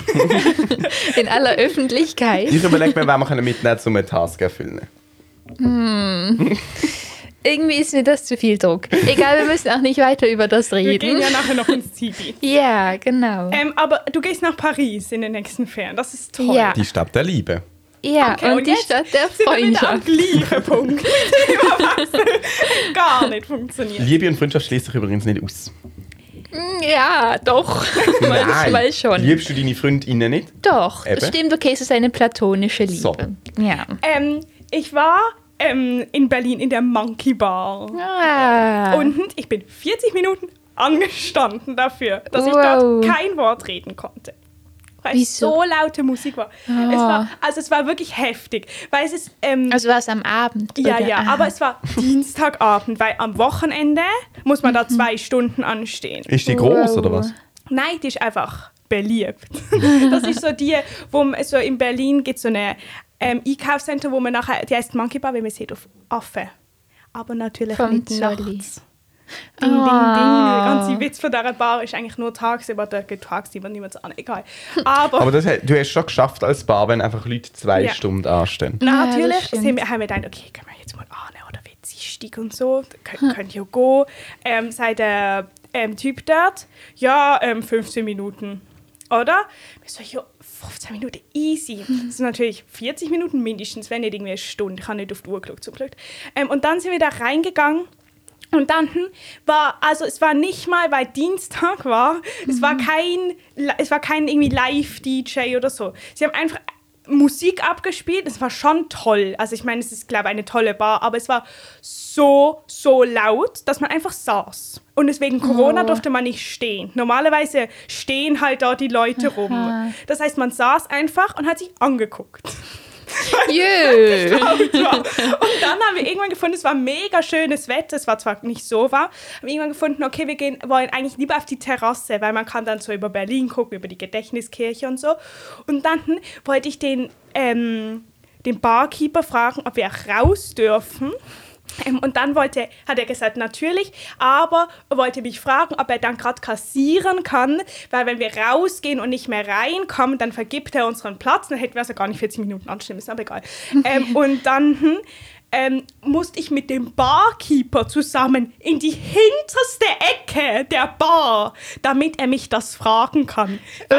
S3: In aller Öffentlichkeit.
S1: Ich überlege mir, wen wir können mitnehmen können, um eine Task zu erfüllen.
S3: Irgendwie ist mir das zu viel Druck. Egal, wir müssen auch nicht weiter über das
S2: Wir
S3: <laughs>
S2: gehen
S3: reden.
S2: ja nachher noch ins
S3: <laughs>
S2: Tibi.
S3: Ja, genau.
S2: Ähm, aber du gehst nach Paris in den nächsten Ferien. Das ist toll.
S3: Ja.
S1: Die Stadt der Liebe.
S3: Ja,
S2: Okay,
S3: und die
S2: jetzt
S3: Stadt der
S2: sind wir wieder am
S3: Freundschaft.
S2: gleichen
S3: <laughs>
S2: Punkt. <laughs> Überwachsen. Gar nicht funktioniert.
S1: Liebe und Freundschaft schließt sich übrigens nicht aus.
S3: Ja, doch. Manchmal schon.
S1: Liebst du deine Freundinnen nicht?
S3: Doch,
S1: Eben.
S3: das stimmt, okay, es ist eine platonische Liebe.
S1: So.
S3: Ja.
S2: Ähm, ich war ähm, in Berlin in der Monkey Bar.
S3: Ah.
S2: Und ich bin 40 Minuten angestanden dafür, dass ich
S3: Wow.
S2: dort kein Wort reden konnte. Weil
S3: Wieso?
S2: so
S3: Ah.
S2: laute Musik war. Es war. Also es war wirklich heftig. Weil es ist. Ähm,
S3: also war es am Abend.
S2: ja,
S3: oder?
S2: ja,
S3: Ah.
S2: aber es war Dienstagabend, weil am Wochenende muss man da
S3: Mhm.
S2: zwei Stunden anstehen.
S1: Ist die groß
S3: Wow.
S1: oder was?
S2: Nein, die ist einfach beliebt. <laughs> das ist so die, wo man, so in Berlin gibt so eine ähm, Einkaufscenter, wo man nachher, die heißt Monkey Bar, wie man sieht auf Affen. Aber natürlich
S3: Vom
S2: nicht
S3: Zolli.
S2: nachts. Ding, ding, ding. Der ganze Witz von dieser Bar ist eigentlich nur tagsüber, da geht tagsüber niemand an. Egal. Aber,
S1: Aber das, du hast schon geschafft als Bar, wenn einfach Leute zwei
S2: Ja.
S1: Stunden anstehen.
S3: Ja, das
S2: natürlich
S3: stimmt.
S2: sind wir, haben wir gedacht, okay, können wir jetzt mal an oder witzig und so,
S3: Hm.
S2: könnt, könnt ihr gehen. Ähm, sagt der ähm, Typ dort, ja, ähm, 15 Minuten, oder? Wir so, ja, 15 Minuten, easy.
S3: Hm.
S2: Das sind natürlich 40 Minuten mindestens, wenn nicht irgendwie eine Stunde. Ich habe nicht auf die Uhr geschaut, zum Glück. Ähm, und dann sind wir da reingegangen und dann hm, war, also es war nicht mal, weil Dienstag war, es war kein, es war kein irgendwie Live-DJ oder so. Sie haben einfach Musik abgespielt, es war schon toll. Also ich meine, es ist, glaube ich, eine tolle Bar, aber es war so, so laut, dass man einfach saß. Und deswegen Corona durfte man nicht stehen. Normalerweise stehen halt da die Leute rum. Das heißt, man saß einfach und hat sich angeguckt.
S3: Jö.
S2: Ja. Und dann haben wir irgendwann gefunden, es war mega schönes Wetter, es war zwar nicht so warm, haben wir irgendwann gefunden, okay, wir gehen, wollen eigentlich lieber auf die Terrasse, weil man kann dann so über Berlin gucken, über die Gedächtniskirche und so. Und dann wollte ich den, ähm, den Barkeeper fragen, ob wir auch raus dürfen. Ähm, Und dann wollte, hat er gesagt, natürlich, aber er wollte mich fragen, ob er dann gerade kassieren kann, weil wenn wir rausgehen und nicht mehr reinkommen, dann vergibt er unseren Platz, dann hätten wir also gar nicht 40 Minuten anstehen müssen, aber egal. Ähm, und dann hm, ähm, musste ich mit dem Barkeeper zusammen in die hinterste Ecke der Bar, damit er mich das fragen kann. Weil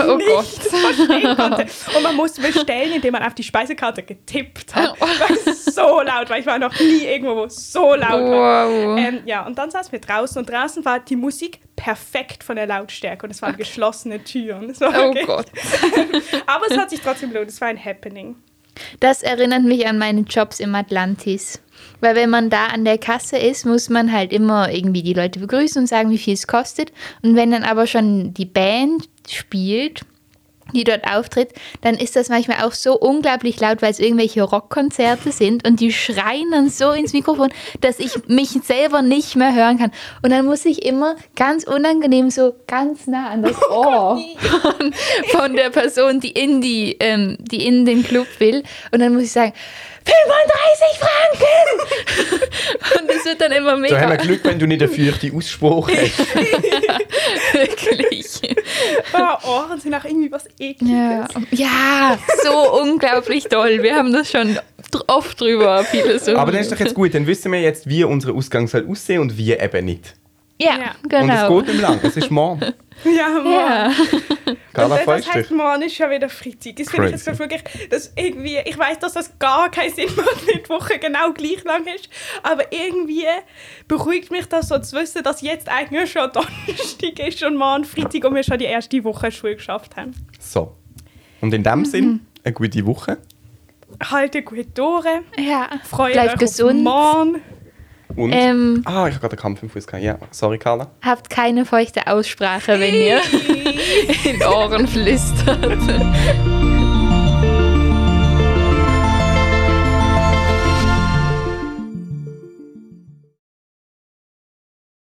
S3: Äh, oh
S2: nicht
S3: Gott.
S2: verstehen konnte. Und man musste bestellen, indem man auf die Speisekarte getippt
S3: Oh.
S2: hat. Das ist so laut, weil ich war noch nie irgendwo, wo es so laut war.
S3: Wow.
S2: Ähm, ja, und dann saßen wir draußen und draußen war die Musik perfekt von der Lautstärke und es waren geschlossene Türen. Es war
S3: Oh
S2: wirklich-
S3: Gott.
S2: <laughs> Aber es hat sich trotzdem gelohnt, es war ein Happening.
S3: Das erinnert mich an meine Jobs im Atlantis. Weil wenn man da an der Kasse ist, muss man halt immer irgendwie die Leute begrüßen und sagen, wie viel es kostet. Und wenn dann aber schon die Band spielt, die dort auftritt, dann ist das manchmal auch so unglaublich laut, weil es irgendwelche Rockkonzerte sind und die schreien dann so ins Mikrofon, dass ich mich selber nicht mehr hören kann. Und dann muss ich immer ganz unangenehm so ganz nah an das Ohr von, von der Person, die in, die, ähm, die in den Club will. Und dann muss ich sagen, 35 Franken! <laughs> und das wird dann immer
S1: Da haben wir
S3: mega
S1: Glück, wenn du nicht einen feuchten Ausspruch hast.
S3: <laughs> wirklich.
S2: Ah, Ohren sind auch irgendwie was Ekliges.
S3: Ja. ja, <laughs> so unglaublich toll. Wir haben das schon dr- oft drüber philosophiert.
S1: Aber das ist doch jetzt gut, dann wissen wir jetzt, wie unser Ausgang soll aussehen und wie eben nicht.
S3: ja,
S2: Ja.
S3: genau.
S1: Und es geht nicht lang, es ist morgen.
S2: <laughs> Ja, Mann.
S3: ja.
S1: Carla
S2: Und das heißt,
S1: Feuchter.
S2: morgen ist ja wieder Freitag. Das finde ich jetzt
S1: Crazy.
S2: gerade wirklich, dass irgendwie, ich weiß, dass das gar keinen Sinn macht, wenn die Woche genau gleich lang ist, aber irgendwie beruhigt mich das so zu wissen, dass jetzt eigentlich schon <laughs> Donnerstag ist und morgen Freitag und wir schon die erste Woche Schule geschafft haben.
S1: So. Und in dem Sinn, eine gute Woche
S2: Halte gut durch,
S3: ja.
S2: freue euch
S3: Bleibt
S2: auf
S3: gesund.
S2: morgen.
S1: und...
S3: Ähm,
S1: Ah, ich habe gerade einen Kampf im Fuß gehabt. Ja, sorry, Carla.
S3: habt keine <laughs> feuchte Aussprache, wenn ihr in Ohren flüstert.